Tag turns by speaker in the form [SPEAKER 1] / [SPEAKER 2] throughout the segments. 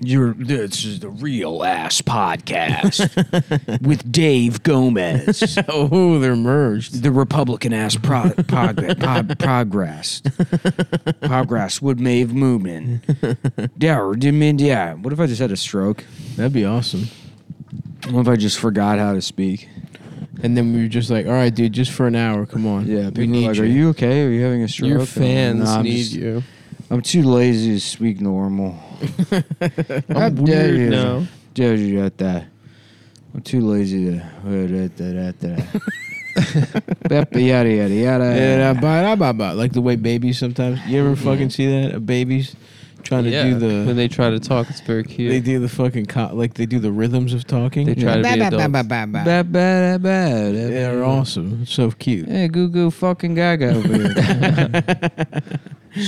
[SPEAKER 1] This is the Real Ass Podcast with Dave Gomez,
[SPEAKER 2] Oh, they're merged.
[SPEAKER 1] the Republican Ass pro- prog- pod- Progress, Progress Would Mave Movement. Yeah, I mean, yeah. What if I just had a stroke?
[SPEAKER 2] That'd be awesome.
[SPEAKER 1] What if I just forgot how to speak?
[SPEAKER 2] And then we were just like, all right, dude, just for an hour. Come on.
[SPEAKER 1] Yeah,
[SPEAKER 2] we
[SPEAKER 1] people
[SPEAKER 2] need
[SPEAKER 1] are like,
[SPEAKER 2] you.
[SPEAKER 1] "Are you okay? Are you having a stroke?"
[SPEAKER 2] Your
[SPEAKER 1] I'm-
[SPEAKER 2] fans
[SPEAKER 1] "Nah, I'm
[SPEAKER 2] need
[SPEAKER 1] just-
[SPEAKER 2] you.
[SPEAKER 1] I'm too lazy to speak normal. How
[SPEAKER 2] I'm
[SPEAKER 1] dare
[SPEAKER 2] weird
[SPEAKER 1] you.
[SPEAKER 2] now.
[SPEAKER 1] Dare you at that? I'm too lazy to. Yada yada yada
[SPEAKER 2] Yeah,
[SPEAKER 1] yada.
[SPEAKER 2] bah, bah, bah. like the way babies sometimes. You ever fucking see that? A baby's trying to
[SPEAKER 3] yeah,
[SPEAKER 2] do the.
[SPEAKER 3] when they try to talk, it's very cute.
[SPEAKER 2] They do the fucking co- like they do the rhythms of talking.
[SPEAKER 3] They try to be adults.
[SPEAKER 1] Bad bad bad.
[SPEAKER 2] They're awesome. It's so cute.
[SPEAKER 1] Hey, goo goo fucking gaga over here.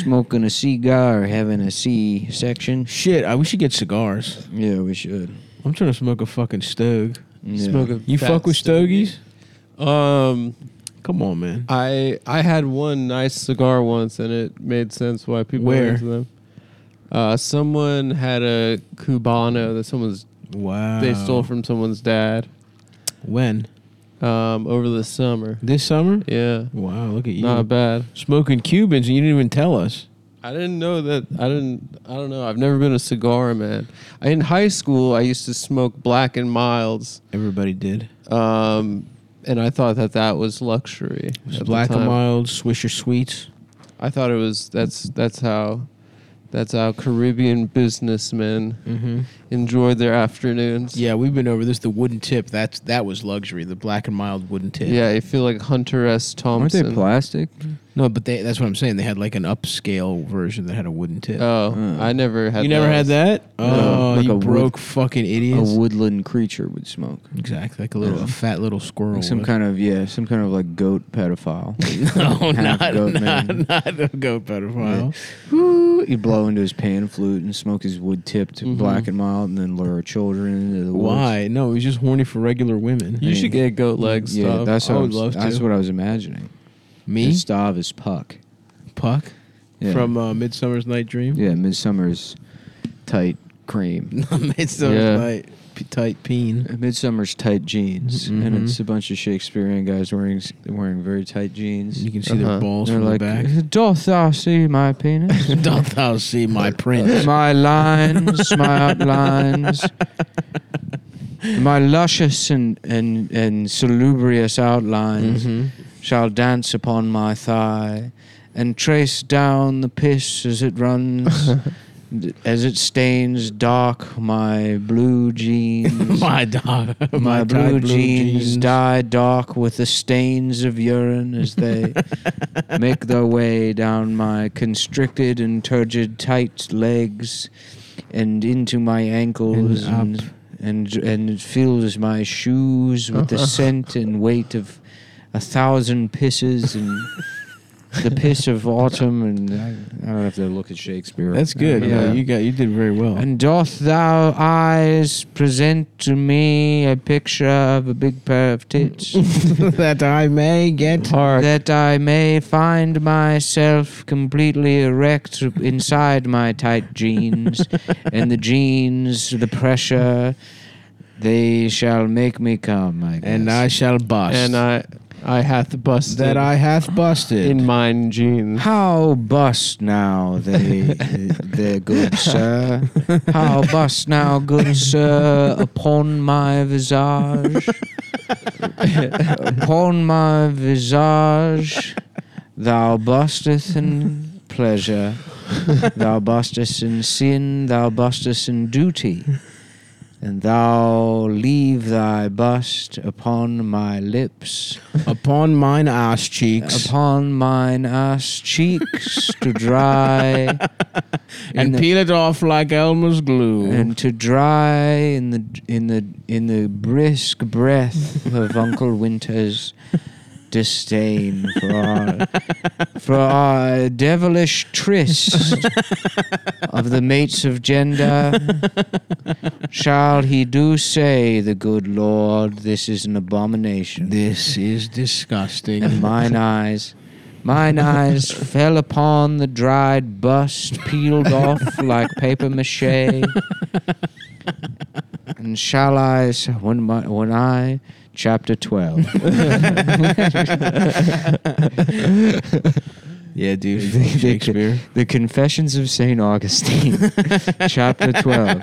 [SPEAKER 1] Smoking a cigar, having a C section.
[SPEAKER 2] Shit, I, we should get cigars.
[SPEAKER 1] Yeah, we should.
[SPEAKER 2] I'm trying to smoke a fucking stove.
[SPEAKER 1] Yeah.
[SPEAKER 3] Smoke a
[SPEAKER 2] You
[SPEAKER 3] fat
[SPEAKER 2] fuck with
[SPEAKER 3] stogie.
[SPEAKER 2] stogies?
[SPEAKER 3] Um,
[SPEAKER 2] Come on, man.
[SPEAKER 3] I I had one nice cigar once, and it made sense why people
[SPEAKER 2] Where?
[SPEAKER 3] were into them. Uh, someone had a cubano that someone's
[SPEAKER 2] Wow.
[SPEAKER 3] they stole from someone's dad
[SPEAKER 2] when
[SPEAKER 3] um, over the summer.
[SPEAKER 2] this summer.
[SPEAKER 3] Yeah,
[SPEAKER 2] Wow, look at you
[SPEAKER 3] not bad.
[SPEAKER 2] smoking Cubans, and you didn't even tell us.
[SPEAKER 3] I didn't know that. I didn't. I don't know. I've never been a cigar man. In high school, I used to smoke Black and Milds,
[SPEAKER 2] Everybody did.
[SPEAKER 3] um, and I thought that that was luxury.
[SPEAKER 2] It
[SPEAKER 3] at
[SPEAKER 2] was
[SPEAKER 3] the
[SPEAKER 2] Black and
[SPEAKER 3] time.
[SPEAKER 2] Mild, Swisher Sweets.
[SPEAKER 3] I thought it was that's that's how that's how Caribbean businessmen
[SPEAKER 2] Mm-hmm.
[SPEAKER 3] enjoyed their afternoons.
[SPEAKER 2] Yeah, we've been over this. The wooden tip. That's that was luxury. The Black and Mild wooden tip.
[SPEAKER 3] yeah. I feel like Hunter S.
[SPEAKER 1] Aren't they
[SPEAKER 3] Thompson.
[SPEAKER 1] plastic?
[SPEAKER 2] No, but they, that's what I'm saying. They had like an upscale version that had a wooden tip.
[SPEAKER 3] Oh,
[SPEAKER 1] Mm.
[SPEAKER 3] I never had.
[SPEAKER 2] you never had
[SPEAKER 3] those.
[SPEAKER 2] that? Oh,
[SPEAKER 1] like
[SPEAKER 2] you
[SPEAKER 1] a wood-
[SPEAKER 2] broke fucking
[SPEAKER 1] A
[SPEAKER 2] idiots.
[SPEAKER 1] woodland creature would smoke.
[SPEAKER 2] exactly, like a little,
[SPEAKER 1] Yeah.
[SPEAKER 2] a fat little squirrel.
[SPEAKER 1] Like some
[SPEAKER 2] would.
[SPEAKER 1] kind of yeah, some kind of like goat pedophile.
[SPEAKER 2] no,
[SPEAKER 1] half
[SPEAKER 2] not,
[SPEAKER 1] goat
[SPEAKER 2] not,
[SPEAKER 1] man.
[SPEAKER 2] not a goat pedophile.
[SPEAKER 1] Woo, He'd blow into his pan flute and smoke his wood tipped
[SPEAKER 3] Mhm.
[SPEAKER 1] black and mild, and then lure children into the woods.
[SPEAKER 2] Mm-hmm. Why? No, he was just horny for regular women.
[SPEAKER 3] You should get goat leg
[SPEAKER 1] Yeah,
[SPEAKER 3] stuff.
[SPEAKER 1] that's
[SPEAKER 2] I
[SPEAKER 1] what I
[SPEAKER 2] would
[SPEAKER 1] was-
[SPEAKER 2] love
[SPEAKER 1] that's
[SPEAKER 2] to.
[SPEAKER 1] what I was imagining.
[SPEAKER 2] Me,
[SPEAKER 1] Gustav is Puck
[SPEAKER 2] Puck,
[SPEAKER 1] Yeah.
[SPEAKER 2] from uh, Midsummer's Night Dream.
[SPEAKER 1] yeah, Midsummer's tight cream,
[SPEAKER 2] Midsummer's
[SPEAKER 3] Yeah.
[SPEAKER 2] Night, p- tight peen.
[SPEAKER 1] Midsummer's tight jeans, and
[SPEAKER 2] Mhm.
[SPEAKER 1] it's a bunch of Shakespearean guys wearing s- wearing very tight jeans.
[SPEAKER 2] You can see
[SPEAKER 3] Uh-huh.
[SPEAKER 2] their balls
[SPEAKER 1] They're
[SPEAKER 2] from
[SPEAKER 1] like,
[SPEAKER 2] the
[SPEAKER 1] "Doth thou see my penis?
[SPEAKER 2] back. Doth thou see my prince?
[SPEAKER 1] uh, my lines, my outlines, my luscious and, and, and salubrious outlines
[SPEAKER 2] Mhm.
[SPEAKER 1] shall dance upon my thigh and trace down the piss as it runs, d- as it stains dark my blue jeans.
[SPEAKER 2] my dog, my,
[SPEAKER 1] My, blue,
[SPEAKER 2] tight
[SPEAKER 1] jeans, dye dark with the stains of urine as they make their way down my constricted and turgid tight legs and into my ankles
[SPEAKER 2] And
[SPEAKER 1] and and, and, it fills my shoes with the scent and weight of a thousand pisses and the piss of autumn and I, I don't know if they look at Shakespeare.
[SPEAKER 2] That's
[SPEAKER 1] I don't
[SPEAKER 2] good.
[SPEAKER 1] know.
[SPEAKER 2] Yeah, you got you did very well.
[SPEAKER 1] And doth thou eyes present to me a picture of a big pair of tits,
[SPEAKER 2] that I may get
[SPEAKER 1] that I may find myself completely erect inside my tight jeans, and the jeans, the pressure, they shall make me come. I guess.
[SPEAKER 2] and I shall bust.
[SPEAKER 3] and I I hath busted
[SPEAKER 2] that I hath busted.
[SPEAKER 3] in mine jeans.
[SPEAKER 1] How bust now, they, they good sir? How bust now, good sir, upon my visage? upon my visage, thou busteth in pleasure, thou bustest in sin, thou bustest in duty, and thou leave thy bust upon my lips
[SPEAKER 2] upon mine ass cheeks.
[SPEAKER 1] upon mine ass cheeks to dry in
[SPEAKER 2] and
[SPEAKER 1] the-
[SPEAKER 2] peel it off like Elmer's glue.
[SPEAKER 1] and to dry in the in the in the brisk breath of Uncle Winter's disdain for our for our devilish tryst of the mates of gender shall he do say the good lord this is an abomination
[SPEAKER 2] this is disgusting.
[SPEAKER 1] and mine eyes Mine eyes fell upon the dried bust peeled off like paper mache. and shall I, s- when, my, when I, chapter 12.
[SPEAKER 2] Yeah, dude.
[SPEAKER 1] They- they-
[SPEAKER 2] Shakespeare.
[SPEAKER 1] the Confessions of St. Augustine, chapter 12.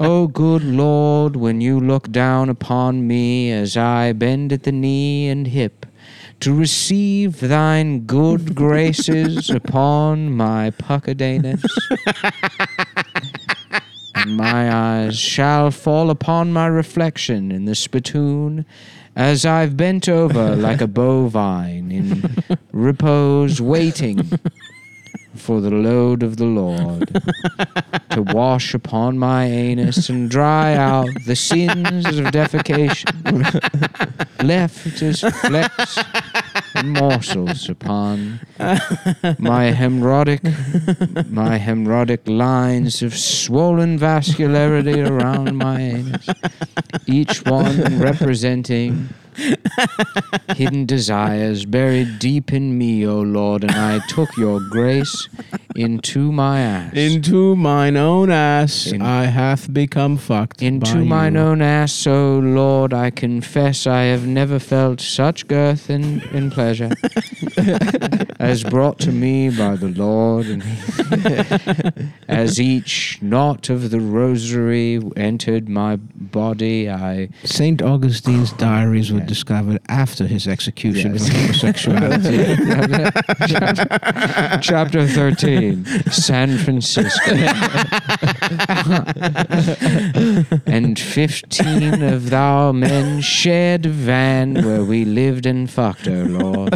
[SPEAKER 1] Oh, good Lord, when you look down upon me as I bend at the knee and hip to receive thine good graces upon my puckadanus. And my eyes shall fall upon my reflection in the spittoon as I've bent over like a bovine in repose, waiting for the load of the Lord to wash upon my anus and dry out the sins of defecation left as flecks and morsels upon my hemorrhoic my hemorrhoic lines of swollen vascularity around my anus each one representing hidden desires buried deep in me o lord and i took your grace into my ass
[SPEAKER 2] Into mine own ass,
[SPEAKER 1] In-
[SPEAKER 2] I hath become fucked.
[SPEAKER 1] Into
[SPEAKER 2] by
[SPEAKER 1] mine
[SPEAKER 2] you.
[SPEAKER 1] own ass, O Lord, I confess I have never felt such girth and, and pleasure as brought to me by the Lord, and as each knot of the rosary entered my body, I
[SPEAKER 2] Saint Augustine's diaries were
[SPEAKER 1] Yeah.
[SPEAKER 2] discovered after his execution
[SPEAKER 1] Yes.
[SPEAKER 2] for homosexuality.
[SPEAKER 1] Chapter 13, San Francisco. and 15 of thou men shared a van where we lived and fucked, O Lord.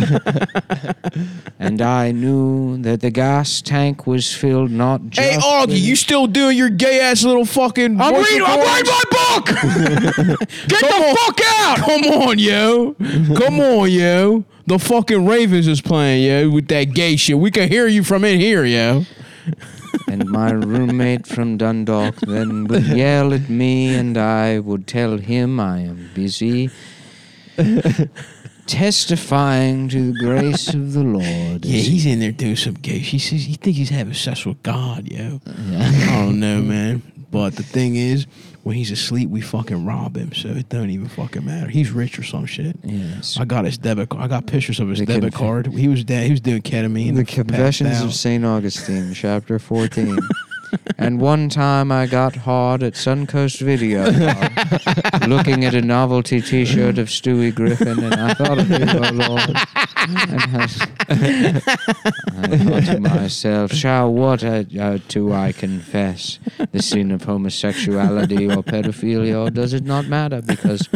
[SPEAKER 1] and I knew that the gas tank was filled not just.
[SPEAKER 2] Hey, oh, Augie, you still doing your gay ass little fucking?
[SPEAKER 1] I'm
[SPEAKER 2] voice
[SPEAKER 1] reading- I'm
[SPEAKER 2] recordings? Get the fuck out! Come on, yo. Come on, yo. The fucking Ravens is playing, yo, with that gay shit. We can hear you from in here, yo.
[SPEAKER 1] and my roommate from Dundalk then would yell at me, and I would tell him I am busy testifying to the grace of the Lord.
[SPEAKER 2] Yeah, he's in there doing some gay. He says he thinks he's having sex with God, yo. I don't know, man. But the thing is, when he's asleep, we fucking rob him, so it don't even fucking matter. He's rich or some shit.
[SPEAKER 1] Yes.
[SPEAKER 2] I got his debit. ca- I got pictures of his
[SPEAKER 1] The
[SPEAKER 2] debit
[SPEAKER 1] conf-
[SPEAKER 2] card. He was dead. He was doing ketamine.
[SPEAKER 1] The
[SPEAKER 2] and
[SPEAKER 1] Confessions
[SPEAKER 2] passed
[SPEAKER 1] of
[SPEAKER 2] out.
[SPEAKER 1] St. Augustine, chapter 14. and one time I got hard at Suncoast Video Mart, looking at a novelty t shirt of Stewie Griffin, and I thought of you, oh Lord. And I, s- I thought to myself, shall what uh, uh, do I confess? The sin of homosexuality or pedophilia, or does it not matter? Because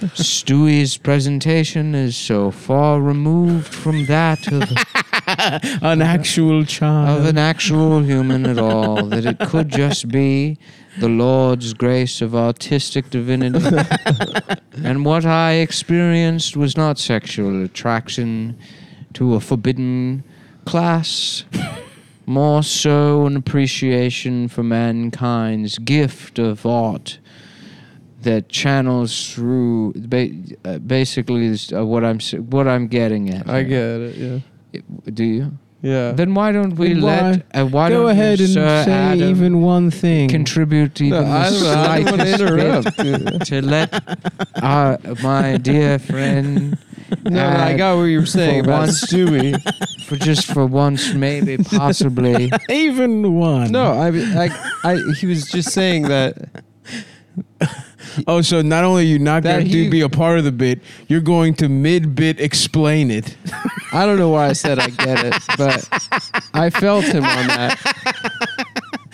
[SPEAKER 1] Stewie's presentation is so far removed from that of
[SPEAKER 2] an actual child.
[SPEAKER 1] of an actual human at all, that it could just be the Lord's grace of artistic divinity. and what I experienced was not sexual attraction to a forbidden class, more so an appreciation for mankind's gift of art. That channels through ba- uh, basically is, uh, what I'm s- what I'm getting at.
[SPEAKER 3] I
[SPEAKER 1] here.
[SPEAKER 3] get it. Yeah.
[SPEAKER 1] Do you?
[SPEAKER 3] Yeah.
[SPEAKER 1] Then why don't we
[SPEAKER 2] Then
[SPEAKER 1] let uh, why
[SPEAKER 2] Go
[SPEAKER 1] don't
[SPEAKER 2] ahead
[SPEAKER 1] you,
[SPEAKER 2] and
[SPEAKER 1] Sir
[SPEAKER 2] say
[SPEAKER 1] Adam
[SPEAKER 2] even one thing.
[SPEAKER 1] contribute even
[SPEAKER 3] No, I don't know. I
[SPEAKER 1] the
[SPEAKER 3] don't wanna
[SPEAKER 1] slightest
[SPEAKER 3] interrupt. dude.
[SPEAKER 1] bit to let our, my dear friend
[SPEAKER 3] No, no, I
[SPEAKER 1] add
[SPEAKER 3] got what you were saying
[SPEAKER 1] for
[SPEAKER 3] about
[SPEAKER 1] once-
[SPEAKER 3] Stewie.
[SPEAKER 1] for just for once maybe possibly
[SPEAKER 2] even one.
[SPEAKER 3] No, I, I, I, he was just saying that.
[SPEAKER 2] Oh, so not only are you not
[SPEAKER 3] That
[SPEAKER 2] going
[SPEAKER 3] he-
[SPEAKER 2] to be a part of the bit, you're going to mid bit explain it.
[SPEAKER 3] I don't know why I said I get it, but I felt him on that.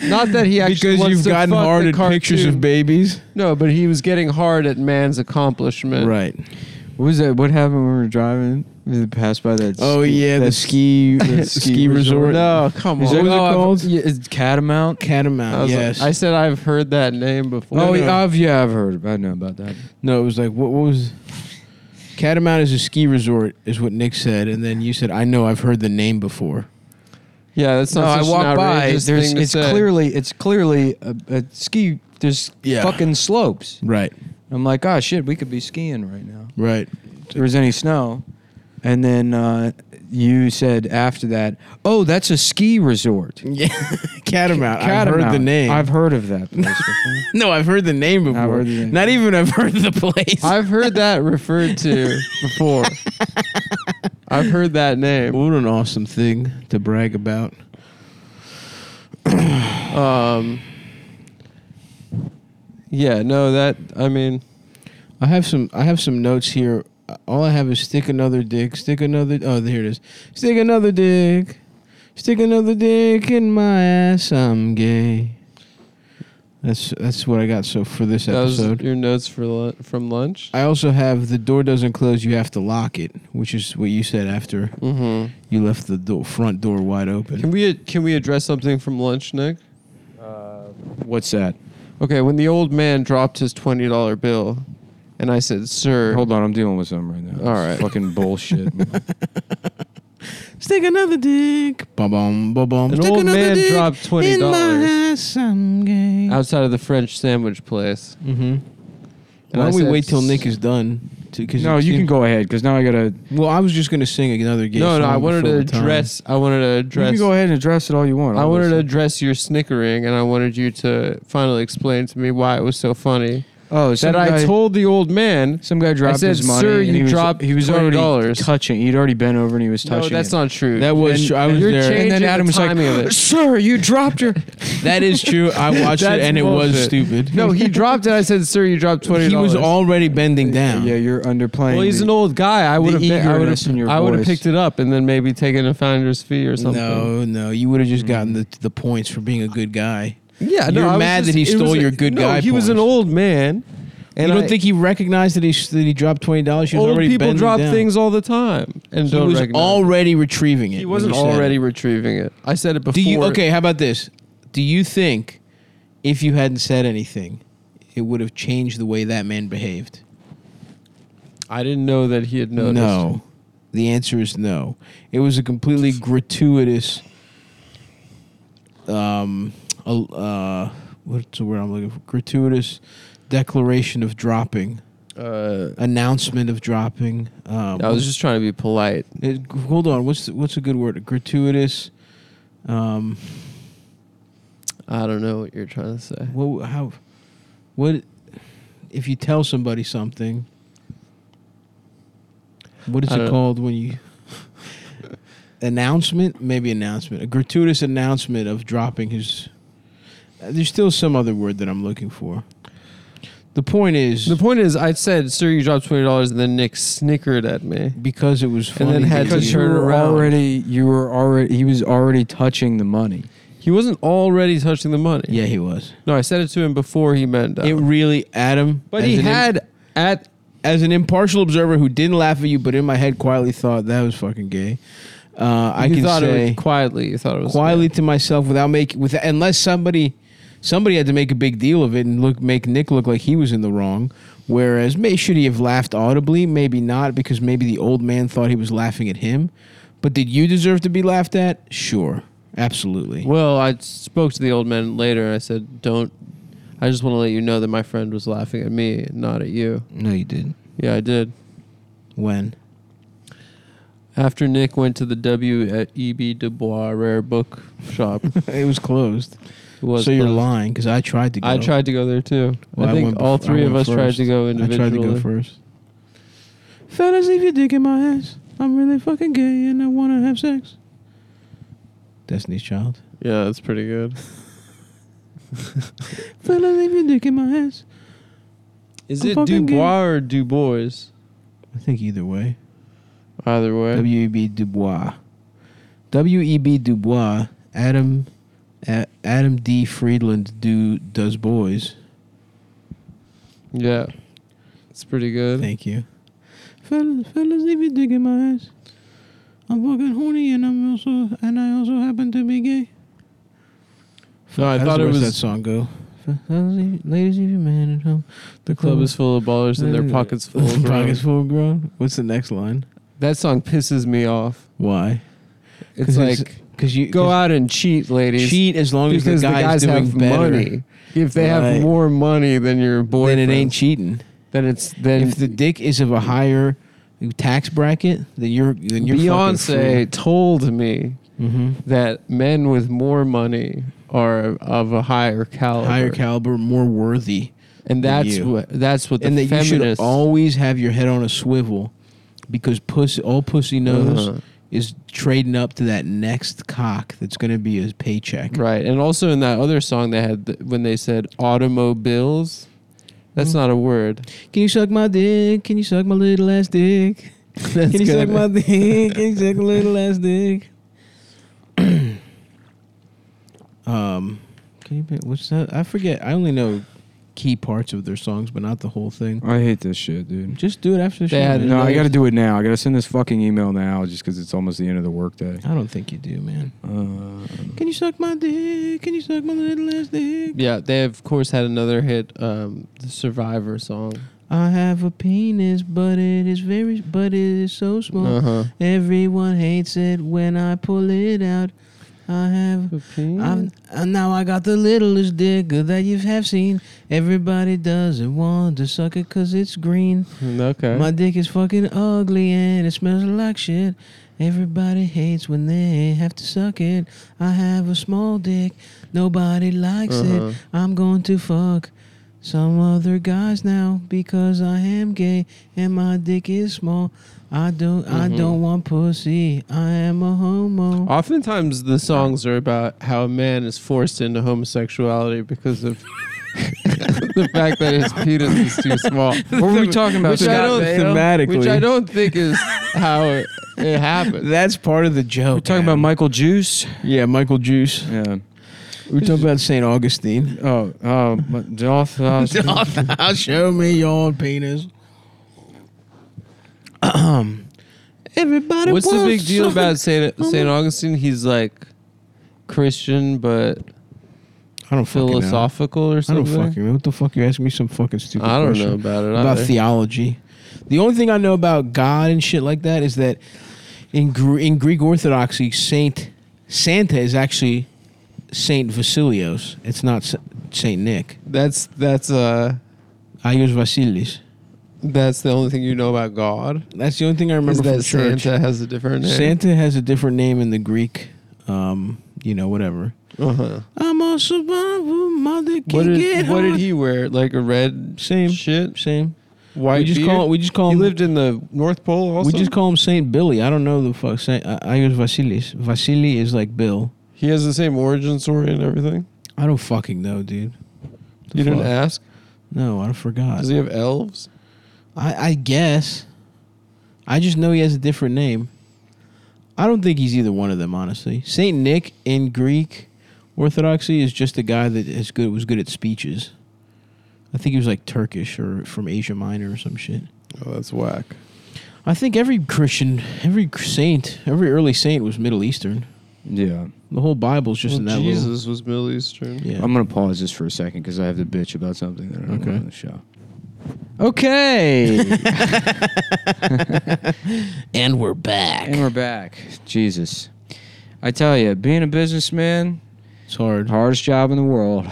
[SPEAKER 3] Not that he actually
[SPEAKER 2] Because
[SPEAKER 3] wants
[SPEAKER 2] you've
[SPEAKER 3] to
[SPEAKER 2] gotten
[SPEAKER 3] fuck the
[SPEAKER 2] hard at pictures
[SPEAKER 3] cartoon.
[SPEAKER 2] of babies.
[SPEAKER 3] No, but he was getting hard at man's accomplishment.
[SPEAKER 2] Right.
[SPEAKER 4] What was that? What happened when we were driving? We passed by that.
[SPEAKER 2] Oh, yeah, the
[SPEAKER 4] that
[SPEAKER 2] ski, the
[SPEAKER 4] ski
[SPEAKER 2] ski resort.
[SPEAKER 4] resort.
[SPEAKER 3] No, come
[SPEAKER 2] Is
[SPEAKER 3] on.
[SPEAKER 2] that what
[SPEAKER 3] Oh,
[SPEAKER 2] it
[SPEAKER 3] I've-
[SPEAKER 2] called?
[SPEAKER 4] Yeah, it's Catamount.
[SPEAKER 3] I,
[SPEAKER 2] Catamount,
[SPEAKER 3] was like-
[SPEAKER 2] yes.
[SPEAKER 3] I said I've heard that name before.
[SPEAKER 2] No, no.
[SPEAKER 4] oh, yeah, I've, yeah, I've heard. About, I know about that.
[SPEAKER 2] no, it was like, what, what was. Catamount is a ski resort, is what Nick said. And then you said, I know, I've heard the name before.
[SPEAKER 3] yeah, that's
[SPEAKER 4] No,
[SPEAKER 3] not
[SPEAKER 4] I
[SPEAKER 3] such
[SPEAKER 4] walked
[SPEAKER 3] an
[SPEAKER 4] by.
[SPEAKER 3] outrageous
[SPEAKER 4] There's,
[SPEAKER 3] thing to
[SPEAKER 4] it's
[SPEAKER 3] say.
[SPEAKER 4] clearly, it's clearly a, a ski. There's
[SPEAKER 2] Yeah.
[SPEAKER 4] fucking slopes. "Ah,
[SPEAKER 2] Right,
[SPEAKER 4] I'm like, oh shit, we could be skiing right now.
[SPEAKER 2] right.
[SPEAKER 4] If there was any snow,
[SPEAKER 1] And then uh, you said after that, "Oh, that's a ski resort."
[SPEAKER 2] Yeah, Catamount. I've heard the
[SPEAKER 1] Catamount.
[SPEAKER 2] name.
[SPEAKER 1] I've heard of that place before.
[SPEAKER 2] no, I've heard the name before.
[SPEAKER 1] heard the name.
[SPEAKER 2] Not even I've heard the place.
[SPEAKER 3] I've heard that referred to before. I've heard that name.
[SPEAKER 2] what an awesome thing to brag about.
[SPEAKER 3] Um, yeah, no, that I mean,
[SPEAKER 2] I have some. I have some notes here. All I have is stick another dick, stick another. Oh, here it is. Stick another dick, stick another dick in my ass. I'm gay. That's that's what I got. So for this
[SPEAKER 3] that was
[SPEAKER 2] episode,
[SPEAKER 3] your notes for lu- from lunch.
[SPEAKER 2] I also have the door doesn't close. You have to lock it, which is what you said after
[SPEAKER 3] Mm-hmm.
[SPEAKER 2] you left the door, front door wide
[SPEAKER 3] Can
[SPEAKER 2] open.
[SPEAKER 3] we can we address something from lunch, Nick?
[SPEAKER 1] What's that?
[SPEAKER 3] Okay, when the old man dropped his twenty dollar bill, and I said, "Sir,
[SPEAKER 4] Hold on, I'm dealing with something right now.
[SPEAKER 3] All right.
[SPEAKER 4] This Fucking bullshit.
[SPEAKER 2] Stick another dick. Bum bum bum bum.
[SPEAKER 3] An
[SPEAKER 2] Stick
[SPEAKER 3] old
[SPEAKER 2] another
[SPEAKER 3] man
[SPEAKER 2] dick
[SPEAKER 3] dropped
[SPEAKER 2] in my
[SPEAKER 3] $20.
[SPEAKER 2] ass. I'm gay.
[SPEAKER 3] outside of the French sandwich place."
[SPEAKER 2] Mm-hmm.
[SPEAKER 3] And
[SPEAKER 2] Why
[SPEAKER 3] I
[SPEAKER 2] don't we
[SPEAKER 3] said-
[SPEAKER 2] wait till Nick is done? To, cause
[SPEAKER 4] no,
[SPEAKER 2] it
[SPEAKER 4] you can
[SPEAKER 2] seems-
[SPEAKER 4] go ahead because now I gotta.
[SPEAKER 2] Well, I was just gonna sing another gay
[SPEAKER 3] no,
[SPEAKER 2] song
[SPEAKER 3] no, I wanted to
[SPEAKER 2] before the time.
[SPEAKER 3] address. I wanted to
[SPEAKER 4] You
[SPEAKER 3] address.
[SPEAKER 4] can go ahead and address it all you want.
[SPEAKER 3] I
[SPEAKER 4] I'll
[SPEAKER 3] wanted to
[SPEAKER 4] listen.
[SPEAKER 3] address your snickering, and I wanted you to finally explain to me why it was so funny.
[SPEAKER 4] Oh,
[SPEAKER 3] That
[SPEAKER 4] some
[SPEAKER 3] I
[SPEAKER 4] guy-
[SPEAKER 3] told the old man.
[SPEAKER 4] Some guy dropped
[SPEAKER 3] said,
[SPEAKER 4] his money.
[SPEAKER 3] "Sir,
[SPEAKER 4] and
[SPEAKER 3] you
[SPEAKER 4] he was,
[SPEAKER 3] dropped
[SPEAKER 4] He was already
[SPEAKER 3] $20."
[SPEAKER 4] touching. He'd already bent over and he was touching.
[SPEAKER 3] No, that's
[SPEAKER 4] it.
[SPEAKER 3] not true.
[SPEAKER 2] That was
[SPEAKER 3] And-
[SPEAKER 2] true. I was
[SPEAKER 3] you're
[SPEAKER 2] there.
[SPEAKER 3] changing
[SPEAKER 4] And then
[SPEAKER 3] the
[SPEAKER 4] Adam was like,
[SPEAKER 3] timing of it.
[SPEAKER 4] "Sir, you dropped your."
[SPEAKER 2] That is true. I watched it
[SPEAKER 3] That's
[SPEAKER 2] and it was
[SPEAKER 3] bullshit.
[SPEAKER 2] stupid.
[SPEAKER 3] No, he dropped it. I said, "Sir, you dropped twenty
[SPEAKER 2] he was already bending down.
[SPEAKER 4] Yeah, you're underplaying.
[SPEAKER 3] Well, he's
[SPEAKER 4] the-
[SPEAKER 3] an old guy. I would have. I would
[SPEAKER 4] eagerness in your
[SPEAKER 3] have. I would have
[SPEAKER 4] voice.
[SPEAKER 3] picked it up and then maybe taken a finder's fee or something.
[SPEAKER 2] No, no, you would have just gotten the, the points for being a good guy.
[SPEAKER 3] Yeah,
[SPEAKER 2] You're
[SPEAKER 3] no. I was
[SPEAKER 2] mad that
[SPEAKER 3] just-
[SPEAKER 2] he
[SPEAKER 3] it
[SPEAKER 2] stole
[SPEAKER 3] was a-
[SPEAKER 2] your good
[SPEAKER 3] no,
[SPEAKER 2] guy
[SPEAKER 3] He was an
[SPEAKER 2] points.
[SPEAKER 3] old man. And
[SPEAKER 2] you don't
[SPEAKER 3] I-
[SPEAKER 2] think he recognized that he that he dropped twenty dollars? He was
[SPEAKER 3] old
[SPEAKER 2] already
[SPEAKER 3] people
[SPEAKER 2] bending
[SPEAKER 3] drop
[SPEAKER 2] down.
[SPEAKER 3] things all the time and
[SPEAKER 2] He
[SPEAKER 3] don't
[SPEAKER 2] was
[SPEAKER 3] recognize.
[SPEAKER 2] already retrieving it.
[SPEAKER 3] he
[SPEAKER 2] when
[SPEAKER 3] wasn't
[SPEAKER 2] you said it.
[SPEAKER 3] already retrieving it. I said it before.
[SPEAKER 2] Do you okay? How about this? Do you think if you hadn't said anything, it would have changed the way that man behaved?
[SPEAKER 3] I didn't know that he had noticed.
[SPEAKER 2] No. The answer is no. It was a completely gratuitous. Um, a- uh, what's the word I'm looking for? Gratuitous declaration of dropping,
[SPEAKER 3] Uh,
[SPEAKER 2] announcement of dropping. Um,
[SPEAKER 3] I was just trying to be polite.
[SPEAKER 2] it- hold on. What's what's a good word? Gratuitous. Um,
[SPEAKER 3] I don't know what you're trying to say.
[SPEAKER 2] what? How? What? If you tell somebody something, what is
[SPEAKER 3] I
[SPEAKER 2] it
[SPEAKER 3] don't-
[SPEAKER 2] called when you announcement? Maybe announcement. A gratuitous announcement of dropping his. uh, There's still some other word that I'm looking for. The point is
[SPEAKER 3] The point is, I said, "Sir, you dropped twenty dollars," and then Nick snickered at me.
[SPEAKER 2] because it was
[SPEAKER 3] And
[SPEAKER 2] funny.
[SPEAKER 3] then had
[SPEAKER 2] to
[SPEAKER 3] to
[SPEAKER 2] you.
[SPEAKER 4] because you
[SPEAKER 3] turn
[SPEAKER 4] were
[SPEAKER 3] around.
[SPEAKER 4] already. You were already. He was already touching the money.
[SPEAKER 3] He wasn't already touching the money.
[SPEAKER 2] yeah, he was.
[SPEAKER 3] No, I said it to him before he meant
[SPEAKER 2] It really, Adam.
[SPEAKER 3] but
[SPEAKER 2] as
[SPEAKER 3] he
[SPEAKER 2] an im-
[SPEAKER 3] had at
[SPEAKER 2] as an impartial observer who didn't laugh at you, but in my head quietly thought that was fucking gay. Uh, I
[SPEAKER 3] you
[SPEAKER 2] can
[SPEAKER 3] thought
[SPEAKER 2] say
[SPEAKER 3] it was quietly. You thought it was
[SPEAKER 2] quietly to myself without making with unless somebody somebody had to make a big deal of it and look make Nick look like he was in the wrong. Whereas may should he have laughed audibly? Maybe not because maybe the old man thought he was laughing at him. But did you deserve to be laughed at? Sure, absolutely.
[SPEAKER 3] Well, I spoke to the old man later, and I said, "Don't." I just want to let you know that my friend was laughing at me, not at you.
[SPEAKER 2] No, you didn't.
[SPEAKER 3] Yeah, I did.
[SPEAKER 2] When?
[SPEAKER 3] After Nick went to the W at E.B. Du Bois rare book shop, it
[SPEAKER 2] it was closed.
[SPEAKER 3] was
[SPEAKER 2] so you're
[SPEAKER 3] closed.
[SPEAKER 2] lying because I tried to. go.
[SPEAKER 3] I tried to go there too.
[SPEAKER 2] Well,
[SPEAKER 3] I
[SPEAKER 2] went
[SPEAKER 3] think all
[SPEAKER 2] bef- I
[SPEAKER 3] three of
[SPEAKER 2] went
[SPEAKER 3] us tried
[SPEAKER 2] first.
[SPEAKER 3] to go individually.
[SPEAKER 2] I tried to go first. Fellas, leave your dick in my ass. I'm really fucking gay and I want to have sex. Destiny's Child.
[SPEAKER 3] Yeah, that's pretty good.
[SPEAKER 2] Fellas, leave your dick in my ass.
[SPEAKER 3] Is
[SPEAKER 2] I'm
[SPEAKER 3] it Du
[SPEAKER 2] fucking gay.
[SPEAKER 3] Bois or Du Bois?
[SPEAKER 2] I think either way. E
[SPEAKER 3] Either way,
[SPEAKER 2] W.E.B. Du Bois. W.E.B. Du Bois. E Adam, A- Adam D. Friedland do, does boys.
[SPEAKER 3] yeah, it's pretty good.
[SPEAKER 2] Thank you. Fellas, fellas, leave your dick in my ass. I'm fucking horny and I'm also and I also happen to be gay.
[SPEAKER 3] No, I
[SPEAKER 2] How
[SPEAKER 3] thought
[SPEAKER 2] does the
[SPEAKER 3] it
[SPEAKER 2] rest of that song
[SPEAKER 3] was
[SPEAKER 2] go. Ladies, leave your man at home.
[SPEAKER 3] the club is full of ballers and their pockets full of
[SPEAKER 2] pockets
[SPEAKER 3] pockets.
[SPEAKER 2] full of grown. What's the next line?
[SPEAKER 3] That song pisses me off.
[SPEAKER 2] Why?
[SPEAKER 3] It's
[SPEAKER 2] 'Cause it's-
[SPEAKER 3] like
[SPEAKER 2] Because you
[SPEAKER 3] go
[SPEAKER 2] 'cause
[SPEAKER 3] out and cheat, ladies.
[SPEAKER 2] cheat as long as the
[SPEAKER 3] because the
[SPEAKER 2] guy's,
[SPEAKER 3] guys
[SPEAKER 2] doing
[SPEAKER 3] have
[SPEAKER 2] better.
[SPEAKER 3] money. If they
[SPEAKER 2] Right.
[SPEAKER 3] have more money than your boy,
[SPEAKER 2] Then it ain't cheating.
[SPEAKER 3] Then it's then
[SPEAKER 2] if the dick is of a higher tax bracket, then you're then you're
[SPEAKER 3] Beyonce told me
[SPEAKER 2] Mm-hmm.
[SPEAKER 3] that men with more money are of a higher caliber,
[SPEAKER 2] Higher caliber, more worthy,
[SPEAKER 3] and
[SPEAKER 2] than
[SPEAKER 3] that's
[SPEAKER 2] you.
[SPEAKER 3] what that's what the
[SPEAKER 2] and that you should
[SPEAKER 3] feminists
[SPEAKER 2] always have your head on a swivel, because pussy, all pussy knows
[SPEAKER 3] Uh-huh.
[SPEAKER 2] is trading up to that next cock that's going to be his paycheck.
[SPEAKER 3] right. And also in that other song they had th- when they said automobiles, that's
[SPEAKER 2] Mm-hmm.
[SPEAKER 3] not a word.
[SPEAKER 2] Can you suck my dick? Can you suck my little ass dick? Can you suck my dick? Can you suck my little ass dick? um, can you? be- What's that? I forget. I only know key parts of their songs, but not the whole thing.
[SPEAKER 1] I hate this shit, dude.
[SPEAKER 2] Just do it after the show.
[SPEAKER 3] They had
[SPEAKER 2] man.
[SPEAKER 1] No, I gotta do it now. I gotta send this fucking email now, just because it's almost the end of the workday.
[SPEAKER 2] I don't think you do, man.
[SPEAKER 1] Uh,
[SPEAKER 2] Can you suck my dick? Can you suck my little ass dick?
[SPEAKER 3] Yeah, they of course had another hit, um, the Survivor song.
[SPEAKER 2] I have a penis, but it is very, but it is so small.
[SPEAKER 3] Uh huh.
[SPEAKER 2] Everyone hates it when I pull it out. I have I'm, uh, now I got the littlest dick that you have seen. Everybody doesn't want to suck it 'cause it's green.
[SPEAKER 3] Mm, Okay.
[SPEAKER 2] My dick is fucking ugly and it smells like shit. Everybody hates when they have to suck it. I have a small dick. Nobody likes
[SPEAKER 3] Uh-huh.
[SPEAKER 2] it. I'm going to fuck some other guys now because I am gay and my dick is small. I don't I
[SPEAKER 3] Mhm.
[SPEAKER 2] don't want pussy. I am a homo.
[SPEAKER 3] Oftentimes, the songs are about how a man is forced into homosexuality because of the fact that his penis is too small.
[SPEAKER 1] what were we talking about?
[SPEAKER 3] Which I don't
[SPEAKER 1] thematically.
[SPEAKER 3] Which I don't think is how it, it happens.
[SPEAKER 2] That's part of the joke.
[SPEAKER 1] We're talking about Michael Juice.
[SPEAKER 2] Yeah, Michael Juice.
[SPEAKER 1] Yeah.
[SPEAKER 2] We're talking about St. Augustine.
[SPEAKER 1] Oh, oh, my- Dolph. Uh,
[SPEAKER 2] show me your penis. Everybody
[SPEAKER 3] What's the
[SPEAKER 2] wants
[SPEAKER 3] big deal
[SPEAKER 2] something.
[SPEAKER 3] about Saint
[SPEAKER 2] Uh-huh.
[SPEAKER 3] Saint Augustine? He's like Christian but
[SPEAKER 2] I don't fucking know.
[SPEAKER 3] philosophical or
[SPEAKER 2] I don't
[SPEAKER 3] something.
[SPEAKER 2] fucking know. What the fuck you asking me some fucking stupid
[SPEAKER 3] I don't
[SPEAKER 2] question
[SPEAKER 3] know about it.
[SPEAKER 2] about
[SPEAKER 3] either.
[SPEAKER 2] theology. The only thing I know about God and shit like that is that in Gr- in Greek Orthodoxy, Saint Santa is actually Saint Vasilios. It's not S- Saint Nick.
[SPEAKER 3] that's that's uh
[SPEAKER 2] I use Vasilis.
[SPEAKER 3] that's the only thing you know about God.
[SPEAKER 2] That's the only thing I remember
[SPEAKER 3] Is
[SPEAKER 2] from
[SPEAKER 3] that
[SPEAKER 2] church.
[SPEAKER 3] Santa has a different name?
[SPEAKER 2] Santa has a different name in the Greek, um, you know, whatever.
[SPEAKER 3] Uh-huh.
[SPEAKER 2] I'm a survivor, mother can
[SPEAKER 3] What
[SPEAKER 2] get
[SPEAKER 3] did what did
[SPEAKER 2] hard.
[SPEAKER 3] he wear? Like a red
[SPEAKER 2] Same,
[SPEAKER 3] shit?
[SPEAKER 2] same.
[SPEAKER 3] White
[SPEAKER 2] we just
[SPEAKER 3] beard?
[SPEAKER 2] call we just call
[SPEAKER 3] He
[SPEAKER 2] him.
[SPEAKER 3] lived in the North Pole also.
[SPEAKER 2] we just call him Saint Billy. I don't know the fuck. Saint, I, I use Vasilis. Vasili is like Bill.
[SPEAKER 3] he has the same origin story and everything.
[SPEAKER 2] I don't fucking know, dude. The
[SPEAKER 3] You didn't
[SPEAKER 2] fuck?
[SPEAKER 3] ask.
[SPEAKER 2] No, I forgot.
[SPEAKER 3] Does he have elves?
[SPEAKER 2] I, I guess. I just know he has a different name. I don't think he's either one of them, honestly. Saint Nick in Greek Orthodoxy is just a guy that is good was good at speeches. I think he was like Turkish or from Asia Minor or some shit.
[SPEAKER 3] Oh, that's whack.
[SPEAKER 2] I think every Christian, every saint, every early saint was Middle Eastern.
[SPEAKER 1] yeah.
[SPEAKER 2] The whole Bible's just in that
[SPEAKER 3] Jesus was Middle Eastern.
[SPEAKER 2] little. Yeah.
[SPEAKER 1] I'm gonna pause this for a second because I have to bitch about something that I don't
[SPEAKER 2] Okay.
[SPEAKER 1] know on the show. Okay.
[SPEAKER 2] and we're back.
[SPEAKER 1] and we're back. Jesus. I tell you, being a businessman,
[SPEAKER 2] it's hard.
[SPEAKER 1] hardest job in the world.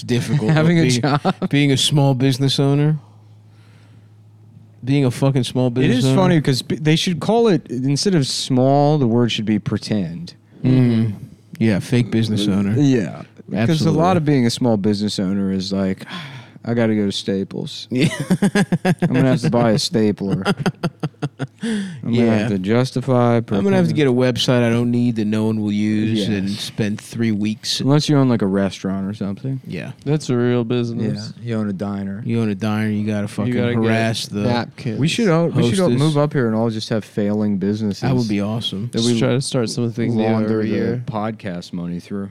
[SPEAKER 2] difficult.
[SPEAKER 1] Having a
[SPEAKER 2] being,
[SPEAKER 1] job.
[SPEAKER 2] being a small business owner. Being a fucking small
[SPEAKER 1] It
[SPEAKER 2] business.
[SPEAKER 1] is
[SPEAKER 2] owner.
[SPEAKER 1] funny because they should call it instead of small, the word should be pretend.
[SPEAKER 2] Mm. Yeah, fake business
[SPEAKER 1] Mm-hmm.
[SPEAKER 2] owner.
[SPEAKER 1] Yeah, because a lot of being a small business owner is like, I got to go to Staples.
[SPEAKER 2] Yeah.
[SPEAKER 1] I'm gonna have to buy a stapler. I'm gonna
[SPEAKER 2] Yeah.
[SPEAKER 1] have to justify.
[SPEAKER 2] I'm gonna have to get a website I don't need that no one will use
[SPEAKER 1] Yes.
[SPEAKER 2] and spend three weeks.
[SPEAKER 1] unless you own like a restaurant or something.
[SPEAKER 2] Yeah,
[SPEAKER 3] That's a real business.
[SPEAKER 1] you own a diner.
[SPEAKER 2] you own a diner, you gotta fucking
[SPEAKER 3] you gotta
[SPEAKER 2] harass
[SPEAKER 3] get
[SPEAKER 2] the.
[SPEAKER 3] napkins.
[SPEAKER 1] We should all, we should all
[SPEAKER 2] Hostess.
[SPEAKER 1] move up here and all just have failing businesses.
[SPEAKER 2] That would be awesome.
[SPEAKER 1] that
[SPEAKER 3] Just
[SPEAKER 1] we
[SPEAKER 3] try to start something new
[SPEAKER 1] launder
[SPEAKER 3] every
[SPEAKER 1] the
[SPEAKER 3] year.
[SPEAKER 1] podcast money through.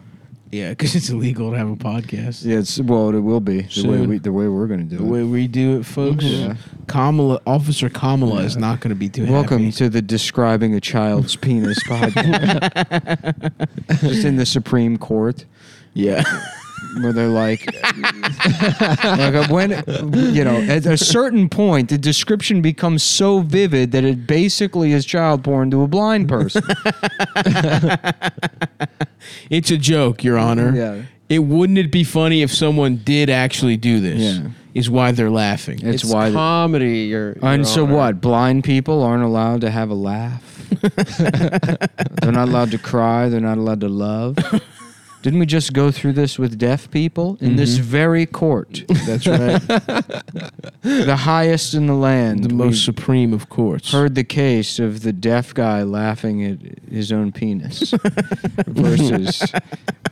[SPEAKER 2] Yeah, because it's illegal to have a podcast.
[SPEAKER 1] Yeah, it's well, it will be the way
[SPEAKER 2] Soon.
[SPEAKER 1] we the way we're gonna do
[SPEAKER 2] The
[SPEAKER 1] it.
[SPEAKER 2] way we do it, folks.
[SPEAKER 1] Yeah.
[SPEAKER 2] Kamala, Officer Kamala is not gonna be too
[SPEAKER 1] Welcome
[SPEAKER 2] happy.
[SPEAKER 1] to the describing a child's penis podcast. Just in the Supreme Court,
[SPEAKER 2] Yeah.
[SPEAKER 1] where they're like, like uh, when you know, at a certain point, the description becomes so vivid that it basically is child porn to a blind person.
[SPEAKER 2] It's a joke, Your Honor.
[SPEAKER 1] Yeah.
[SPEAKER 2] It wouldn't it be funny if someone did actually do this?
[SPEAKER 1] Yeah.
[SPEAKER 2] is why they're laughing.
[SPEAKER 1] It's, why. the-
[SPEAKER 3] comedy. You're,
[SPEAKER 1] and so what? Blind people aren't allowed to have a laugh. they're not allowed to cry. They're not allowed to love. Didn't we just go through this with deaf people in this very court?
[SPEAKER 2] Mm-hmm. That's right.
[SPEAKER 1] the highest in the land.
[SPEAKER 2] the
[SPEAKER 1] We
[SPEAKER 2] most supreme of courts.
[SPEAKER 1] heard the case of the deaf guy laughing at his own penis versus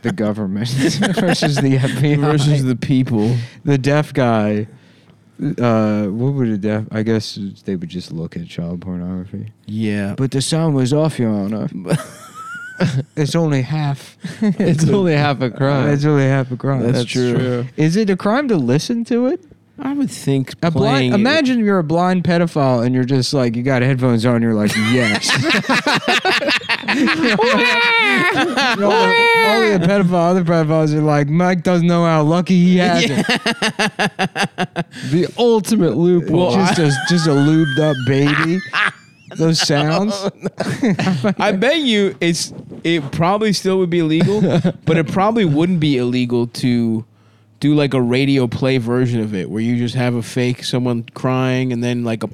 [SPEAKER 1] the government versus the FBI
[SPEAKER 2] versus the people.
[SPEAKER 1] the deaf guy. Uh, what would a deaf? I guess they would just look at child pornography.
[SPEAKER 2] Yeah.
[SPEAKER 1] But the sound was off, Your Honor. it's only half.
[SPEAKER 3] It's only half a crime.
[SPEAKER 1] It's only half a crime.
[SPEAKER 2] That's true.
[SPEAKER 1] Is it a crime to listen to it?
[SPEAKER 2] I would think
[SPEAKER 1] A
[SPEAKER 2] playing
[SPEAKER 1] blind,
[SPEAKER 2] it-
[SPEAKER 1] imagine you're a blind pedophile and you're just like you got headphones on. You're like yes. Only only a pedophile. Other pedophiles are like Mike doesn't know how lucky he has it.
[SPEAKER 3] The ultimate loophole.
[SPEAKER 1] just a just a lubed up baby. Those sounds.
[SPEAKER 2] I bet you it's it probably still would be illegal, but it probably wouldn't be illegal to do like a radio play version of it where you just have a fake someone crying and then like a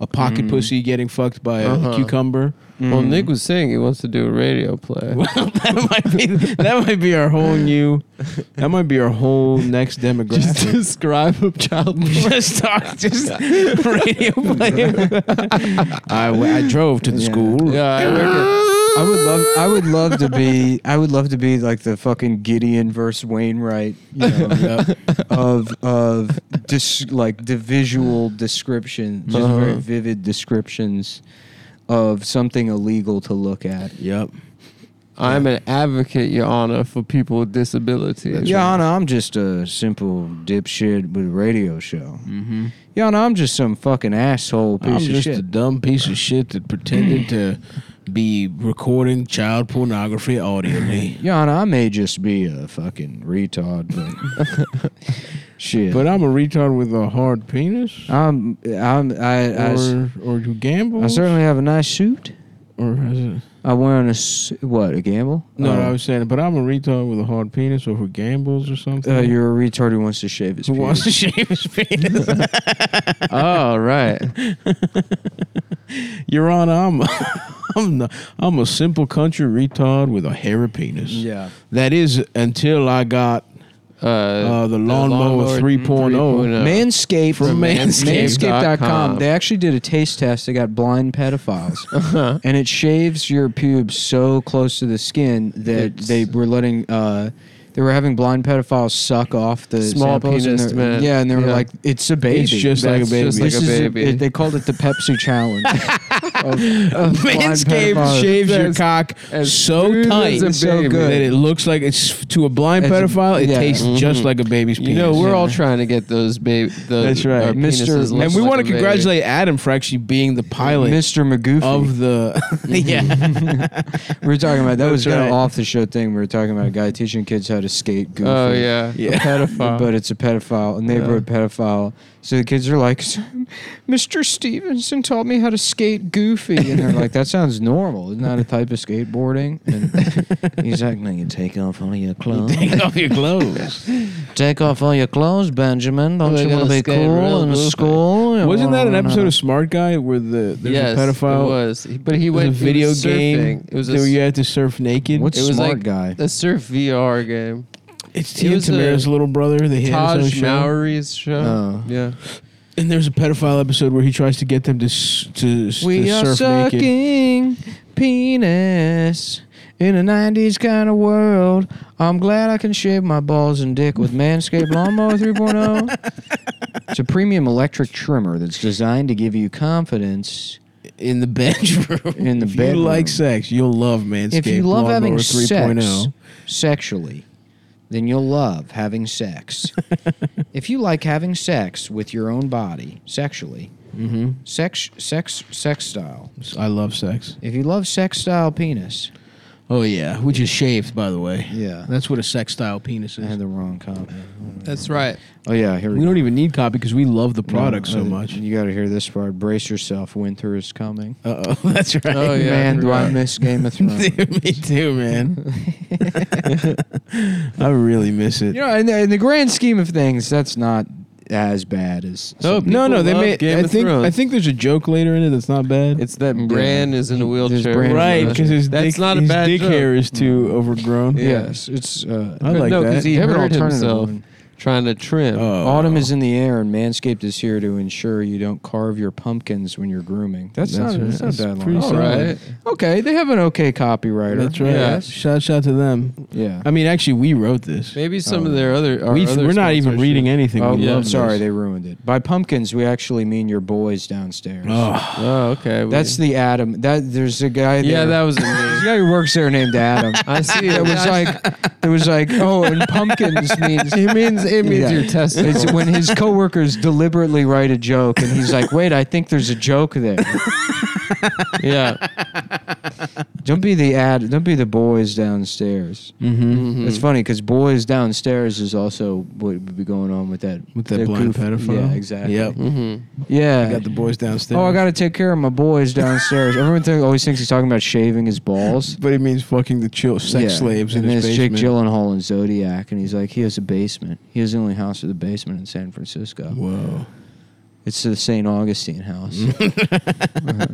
[SPEAKER 2] a
[SPEAKER 1] Mm.
[SPEAKER 2] pocket pussy getting fucked by a
[SPEAKER 3] Uh-huh.
[SPEAKER 2] cucumber.
[SPEAKER 3] well,
[SPEAKER 2] Mm.
[SPEAKER 3] Nick was saying he wants to do a radio play.
[SPEAKER 2] Well, that might be that might be our whole new that might be our whole next
[SPEAKER 3] Just
[SPEAKER 2] demographic.
[SPEAKER 3] describe a child.
[SPEAKER 2] Just talk, just radio play. I, w- I drove to the
[SPEAKER 1] Yeah.
[SPEAKER 2] school.
[SPEAKER 3] yeah, I reckon.
[SPEAKER 1] I would love I would love to be I would love to be like the fucking Gideon versus Wainwright you know,
[SPEAKER 2] Yep.
[SPEAKER 1] of of dis, like the visual description, just very
[SPEAKER 3] Uh-huh.
[SPEAKER 1] vivid descriptions of something illegal to look at.
[SPEAKER 2] Yep.
[SPEAKER 3] I'm an advocate, Your Honor, for people with disabilities.
[SPEAKER 1] Yeah, Anna, I'm just a simple dipshit with a radio show.
[SPEAKER 2] Mm-hmm.
[SPEAKER 1] Yeah, Anna, I'm just some fucking asshole piece
[SPEAKER 2] I'm
[SPEAKER 1] of
[SPEAKER 2] just
[SPEAKER 1] shit.
[SPEAKER 2] a dumb piece of shit that pretended to be recording child pornography audibly.
[SPEAKER 1] Yana, I may just be a fucking retard, but shit.
[SPEAKER 2] But I'm a retard with a hard penis,
[SPEAKER 1] I'm, I'm, I, I s-
[SPEAKER 2] or or who
[SPEAKER 1] I
[SPEAKER 2] gambles.
[SPEAKER 1] certainly have a nice suit.
[SPEAKER 2] Or is it?
[SPEAKER 1] I wear on a s- what a gamble?
[SPEAKER 2] No,
[SPEAKER 1] Oh.
[SPEAKER 2] I was saying, but I'm a retard with a hard penis, or who gambles, or something.
[SPEAKER 1] Uh, you're a retard who wants to shave his.
[SPEAKER 2] who wants to
[SPEAKER 1] pubes.
[SPEAKER 2] shave his penis?
[SPEAKER 3] Oh, right.
[SPEAKER 2] Your Honor, I'm I'm not, I'm a simple country retard with a hairy penis.
[SPEAKER 1] Yeah.
[SPEAKER 2] That is until I got
[SPEAKER 3] Uh,
[SPEAKER 2] uh, the lawnmower, 3.0.
[SPEAKER 3] oh.
[SPEAKER 1] Manscaped
[SPEAKER 2] Uh, From Manscaped.
[SPEAKER 1] Manscaped.com. They actually did a taste test. They got blind pedophiles,
[SPEAKER 2] Uh-huh.
[SPEAKER 1] and it shaves your pubes so close to the skin that
[SPEAKER 3] It's-
[SPEAKER 1] they were letting. Uh, they were having blind pedophiles suck off the
[SPEAKER 3] Small
[SPEAKER 1] samples and
[SPEAKER 3] penis
[SPEAKER 1] they're-
[SPEAKER 3] man.
[SPEAKER 1] Yeah, and they were
[SPEAKER 3] Yeah.
[SPEAKER 1] like, "It's a baby."
[SPEAKER 2] It's just
[SPEAKER 3] That's
[SPEAKER 2] like a baby.
[SPEAKER 3] just
[SPEAKER 1] This
[SPEAKER 3] like a
[SPEAKER 1] is
[SPEAKER 3] baby.
[SPEAKER 1] it- they called it the Pepsi challenge. of, of blind
[SPEAKER 2] Manscaped
[SPEAKER 1] pedophiles.
[SPEAKER 2] shaves your
[SPEAKER 3] That's
[SPEAKER 2] cock
[SPEAKER 3] as
[SPEAKER 2] so
[SPEAKER 3] smooth
[SPEAKER 2] tight
[SPEAKER 3] as a
[SPEAKER 2] so
[SPEAKER 3] baby.
[SPEAKER 2] good that it looks like it's to a blind
[SPEAKER 1] As a-
[SPEAKER 2] pedophile. It
[SPEAKER 1] yeah.
[SPEAKER 2] tastes just like a baby's penis.
[SPEAKER 3] You know, we're all trying to get those baby. Those,
[SPEAKER 2] That's right.
[SPEAKER 3] our
[SPEAKER 1] Mr.
[SPEAKER 3] penises
[SPEAKER 1] And
[SPEAKER 2] and
[SPEAKER 3] looks
[SPEAKER 2] we
[SPEAKER 3] like
[SPEAKER 2] want
[SPEAKER 3] a
[SPEAKER 2] to
[SPEAKER 3] baby.
[SPEAKER 2] congratulate Adam for actually being the pilot
[SPEAKER 1] Mr. McGoofy.
[SPEAKER 2] of the. yeah,
[SPEAKER 1] we were talking about that was
[SPEAKER 2] That's
[SPEAKER 1] kind of
[SPEAKER 2] right.
[SPEAKER 1] off the show thing. We were talking about a guy teaching kids how to skate. Goofy.
[SPEAKER 3] Oh yeah,
[SPEAKER 2] Yeah.
[SPEAKER 3] a pedophile.
[SPEAKER 1] But it's a pedophile, a neighborhood pedophile. So the kids are like, Mr. Stevenson taught me how to skate goofy. And they're like, that sounds normal. Isn't that a type of skateboarding? And he's like, no, you take off all your clothes.
[SPEAKER 2] take off your clothes.
[SPEAKER 1] Take off all your clothes, Benjamin. Don't
[SPEAKER 3] We're
[SPEAKER 1] you want to
[SPEAKER 3] gonna
[SPEAKER 1] be
[SPEAKER 3] skate
[SPEAKER 1] cool
[SPEAKER 3] real
[SPEAKER 1] in
[SPEAKER 3] goofy."
[SPEAKER 1] school? You
[SPEAKER 2] Wasn't that an
[SPEAKER 1] wanna-
[SPEAKER 2] episode of Smart Guy where the there's
[SPEAKER 3] yes,
[SPEAKER 2] a pedophile?
[SPEAKER 3] It was, but he
[SPEAKER 2] It was
[SPEAKER 3] went
[SPEAKER 2] a video
[SPEAKER 3] he was
[SPEAKER 2] game.
[SPEAKER 3] surfing. It was a,
[SPEAKER 2] where you
[SPEAKER 3] s-
[SPEAKER 2] had to surf naked.
[SPEAKER 1] What's
[SPEAKER 3] It was
[SPEAKER 1] smart
[SPEAKER 3] like-
[SPEAKER 1] guy?
[SPEAKER 3] a surf VR game.
[SPEAKER 2] it's
[SPEAKER 3] it
[SPEAKER 2] Tia
[SPEAKER 3] was a-
[SPEAKER 2] Tamara's little brother. They had his own
[SPEAKER 3] Taj
[SPEAKER 2] show.
[SPEAKER 3] Mowry's show.
[SPEAKER 1] Oh.
[SPEAKER 3] Yeah,
[SPEAKER 2] And there's a pedophile episode where he tries to get them to s- to, s-
[SPEAKER 1] We
[SPEAKER 2] to
[SPEAKER 1] are
[SPEAKER 2] surf naked.
[SPEAKER 1] sucking penis in a 90s kind of world. I'm glad I can shave my balls and dick with Manscaped Lawnmower 3.0. It's a premium electric trimmer that's designed to give you confidence.
[SPEAKER 2] in the bedroom.
[SPEAKER 1] In the
[SPEAKER 2] if you
[SPEAKER 1] bedroom.
[SPEAKER 2] like sex, you'll love Manscaped.
[SPEAKER 1] if you love having
[SPEAKER 2] Lawnmower oh.
[SPEAKER 1] sex sexually, then you'll love having sex. if you like having sex with your own body sexually,
[SPEAKER 2] Mhm.
[SPEAKER 1] sex, sex, sex style.
[SPEAKER 2] I love sex.
[SPEAKER 1] If you love sex style penis,
[SPEAKER 2] Oh yeah, which is shaved, by the way.
[SPEAKER 1] yeah,
[SPEAKER 2] That's what a sex style penis
[SPEAKER 1] I
[SPEAKER 2] is.
[SPEAKER 1] had the wrong copy.
[SPEAKER 3] that's right.
[SPEAKER 1] Oh yeah, here we,
[SPEAKER 2] We
[SPEAKER 1] go.
[SPEAKER 2] don't even need copy because we love the product so
[SPEAKER 1] Uh,
[SPEAKER 2] much.
[SPEAKER 1] You got to hear this part. Brace yourself. Winter is coming.
[SPEAKER 2] Uh oh, that's right.
[SPEAKER 3] Oh, yeah, I
[SPEAKER 1] Man, do I
[SPEAKER 3] forgot.
[SPEAKER 1] miss Game of Thrones?
[SPEAKER 2] Dude, me too, man. I really miss it.
[SPEAKER 1] you know, in the, in the grand scheme of things, that's not as bad as.
[SPEAKER 3] No,
[SPEAKER 1] some-
[SPEAKER 2] No, no,
[SPEAKER 3] People
[SPEAKER 2] they
[SPEAKER 3] love
[SPEAKER 2] made.
[SPEAKER 3] Game
[SPEAKER 2] I
[SPEAKER 3] of
[SPEAKER 2] think
[SPEAKER 3] Thrones.
[SPEAKER 2] I think there's a joke later in it that's not bad.
[SPEAKER 3] It's that Bran is in a wheelchair.
[SPEAKER 1] Bran-
[SPEAKER 2] right because his
[SPEAKER 3] That's
[SPEAKER 2] dick,
[SPEAKER 3] not a
[SPEAKER 2] his
[SPEAKER 3] bad
[SPEAKER 2] dick
[SPEAKER 3] joke.
[SPEAKER 2] hair is too overgrown.
[SPEAKER 1] yes, it's. Uh,
[SPEAKER 2] I like
[SPEAKER 3] no,
[SPEAKER 2] that.
[SPEAKER 3] because he
[SPEAKER 1] They have an
[SPEAKER 3] hurt
[SPEAKER 1] alternative
[SPEAKER 3] himself
[SPEAKER 1] one.
[SPEAKER 3] trying to trim.
[SPEAKER 2] Oh.
[SPEAKER 1] Autumn is in the air, and Manscaped is here to ensure you don't carve your pumpkins when you're grooming. That's,
[SPEAKER 2] That's
[SPEAKER 1] not,
[SPEAKER 2] right.
[SPEAKER 1] that's not
[SPEAKER 2] That's
[SPEAKER 1] a bad
[SPEAKER 2] pretty
[SPEAKER 1] line. Oh,
[SPEAKER 3] All right.
[SPEAKER 1] Okay, they have an okay copywriter.
[SPEAKER 2] That's right.
[SPEAKER 3] Yes.
[SPEAKER 2] Shout shout to them.
[SPEAKER 1] Yeah.
[SPEAKER 2] I mean, actually, we wrote this.
[SPEAKER 3] Maybe some of their other. our
[SPEAKER 2] we,
[SPEAKER 3] other
[SPEAKER 2] we're not even
[SPEAKER 3] sponsorship-
[SPEAKER 2] reading anything.
[SPEAKER 1] Oh,
[SPEAKER 2] we
[SPEAKER 3] yeah.
[SPEAKER 1] I'm
[SPEAKER 2] love
[SPEAKER 1] sorry,
[SPEAKER 2] this.
[SPEAKER 1] they ruined it. By pumpkins, we actually mean your boys downstairs.
[SPEAKER 2] Oh,
[SPEAKER 3] Oh, okay. We-
[SPEAKER 1] That's the Adam. That there's a guy. there-
[SPEAKER 3] yeah, that was
[SPEAKER 1] there's a
[SPEAKER 3] amazing.
[SPEAKER 1] guy who works there named Adam.
[SPEAKER 3] I see.
[SPEAKER 1] It was like, it was like, oh, and pumpkins means
[SPEAKER 3] it means it means
[SPEAKER 1] Yeah.
[SPEAKER 3] your testicles.
[SPEAKER 1] It's when his coworkers deliberately write a joke, and he's like, "Wait, I think there's a joke there."
[SPEAKER 3] yeah.
[SPEAKER 1] Don't be the ad. Don't be the boys downstairs.
[SPEAKER 2] mm-hmm.
[SPEAKER 3] Mhm.
[SPEAKER 1] It's funny because boys downstairs is also what would be going on with that
[SPEAKER 2] with that blind pedophile.
[SPEAKER 1] Yeah, exactly.
[SPEAKER 2] Yep.
[SPEAKER 3] Mhm.
[SPEAKER 1] Yeah.
[SPEAKER 2] Got the boys downstairs.
[SPEAKER 1] oh, I got to take care of my boys downstairs. Everyone think, always thinks he's talking about shaving his balls.
[SPEAKER 2] But it means fucking the chill sex
[SPEAKER 1] Yeah.
[SPEAKER 2] slaves
[SPEAKER 1] and
[SPEAKER 2] in
[SPEAKER 1] then
[SPEAKER 2] his
[SPEAKER 1] it's
[SPEAKER 2] basement.
[SPEAKER 1] Jake Gyllenhaal in Zodiac, and he's like, he has a basement. He has the only house with a basement in San Francisco.
[SPEAKER 2] Whoa.
[SPEAKER 1] It's the St. Augustine house. Uh-huh.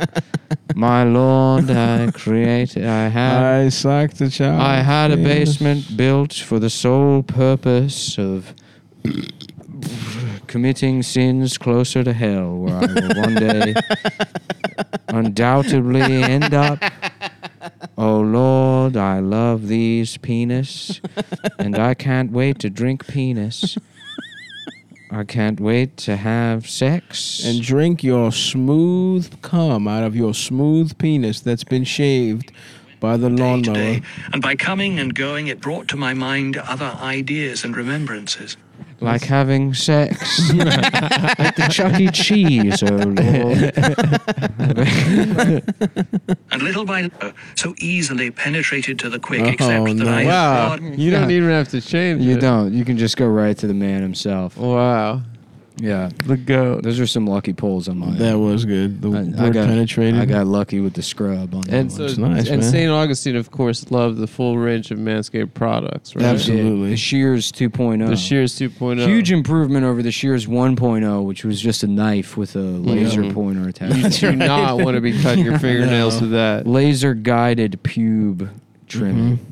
[SPEAKER 1] My Lord, I created, I had,
[SPEAKER 2] I sucked the child.
[SPEAKER 1] Uh, I had a basement built for the sole purpose of committing sins closer to hell, where I will one day undoubtedly end up. Oh Lord, I love these penis, and I can't wait to drink penis. I can't wait to have sex.
[SPEAKER 2] And drink your smooth cum out of your smooth penis that's been shaved by the
[SPEAKER 5] day to
[SPEAKER 2] lawnmower.
[SPEAKER 5] day, and by coming and going, it brought to my mind other ideas and remembrances.
[SPEAKER 1] like having sex at the Chuck E. Cheese. Oh Lord,
[SPEAKER 5] And little by little, so easily penetrated to the quick,
[SPEAKER 2] Oh,
[SPEAKER 5] except that
[SPEAKER 2] no.
[SPEAKER 5] I
[SPEAKER 3] Wow.
[SPEAKER 5] God,
[SPEAKER 3] You don't even have to change
[SPEAKER 1] you
[SPEAKER 3] it.
[SPEAKER 1] don't. You can just go right to the man himself.
[SPEAKER 3] Wow.
[SPEAKER 1] Yeah,
[SPEAKER 3] The goat.
[SPEAKER 1] those are some lucky pulls on my.
[SPEAKER 2] That was good. The word penetrated.
[SPEAKER 1] I got lucky with the scrub on that
[SPEAKER 3] And so,
[SPEAKER 1] one.
[SPEAKER 2] It's nice,
[SPEAKER 3] and
[SPEAKER 2] man.
[SPEAKER 3] St. Augustine, of course, loved the full range of Manscaped products, right?
[SPEAKER 2] Absolutely.
[SPEAKER 1] The shears 2.0.
[SPEAKER 3] The Shears oh. 2.0.
[SPEAKER 1] Huge improvement over the shears 1.0, which was just a knife with a laser
[SPEAKER 2] Mm-hmm.
[SPEAKER 3] Mhm.
[SPEAKER 1] pointer
[SPEAKER 3] You
[SPEAKER 1] attached.
[SPEAKER 3] do not want to be cutting your fingernails with that.
[SPEAKER 1] laser guided pube trimming.
[SPEAKER 2] Mm-hmm.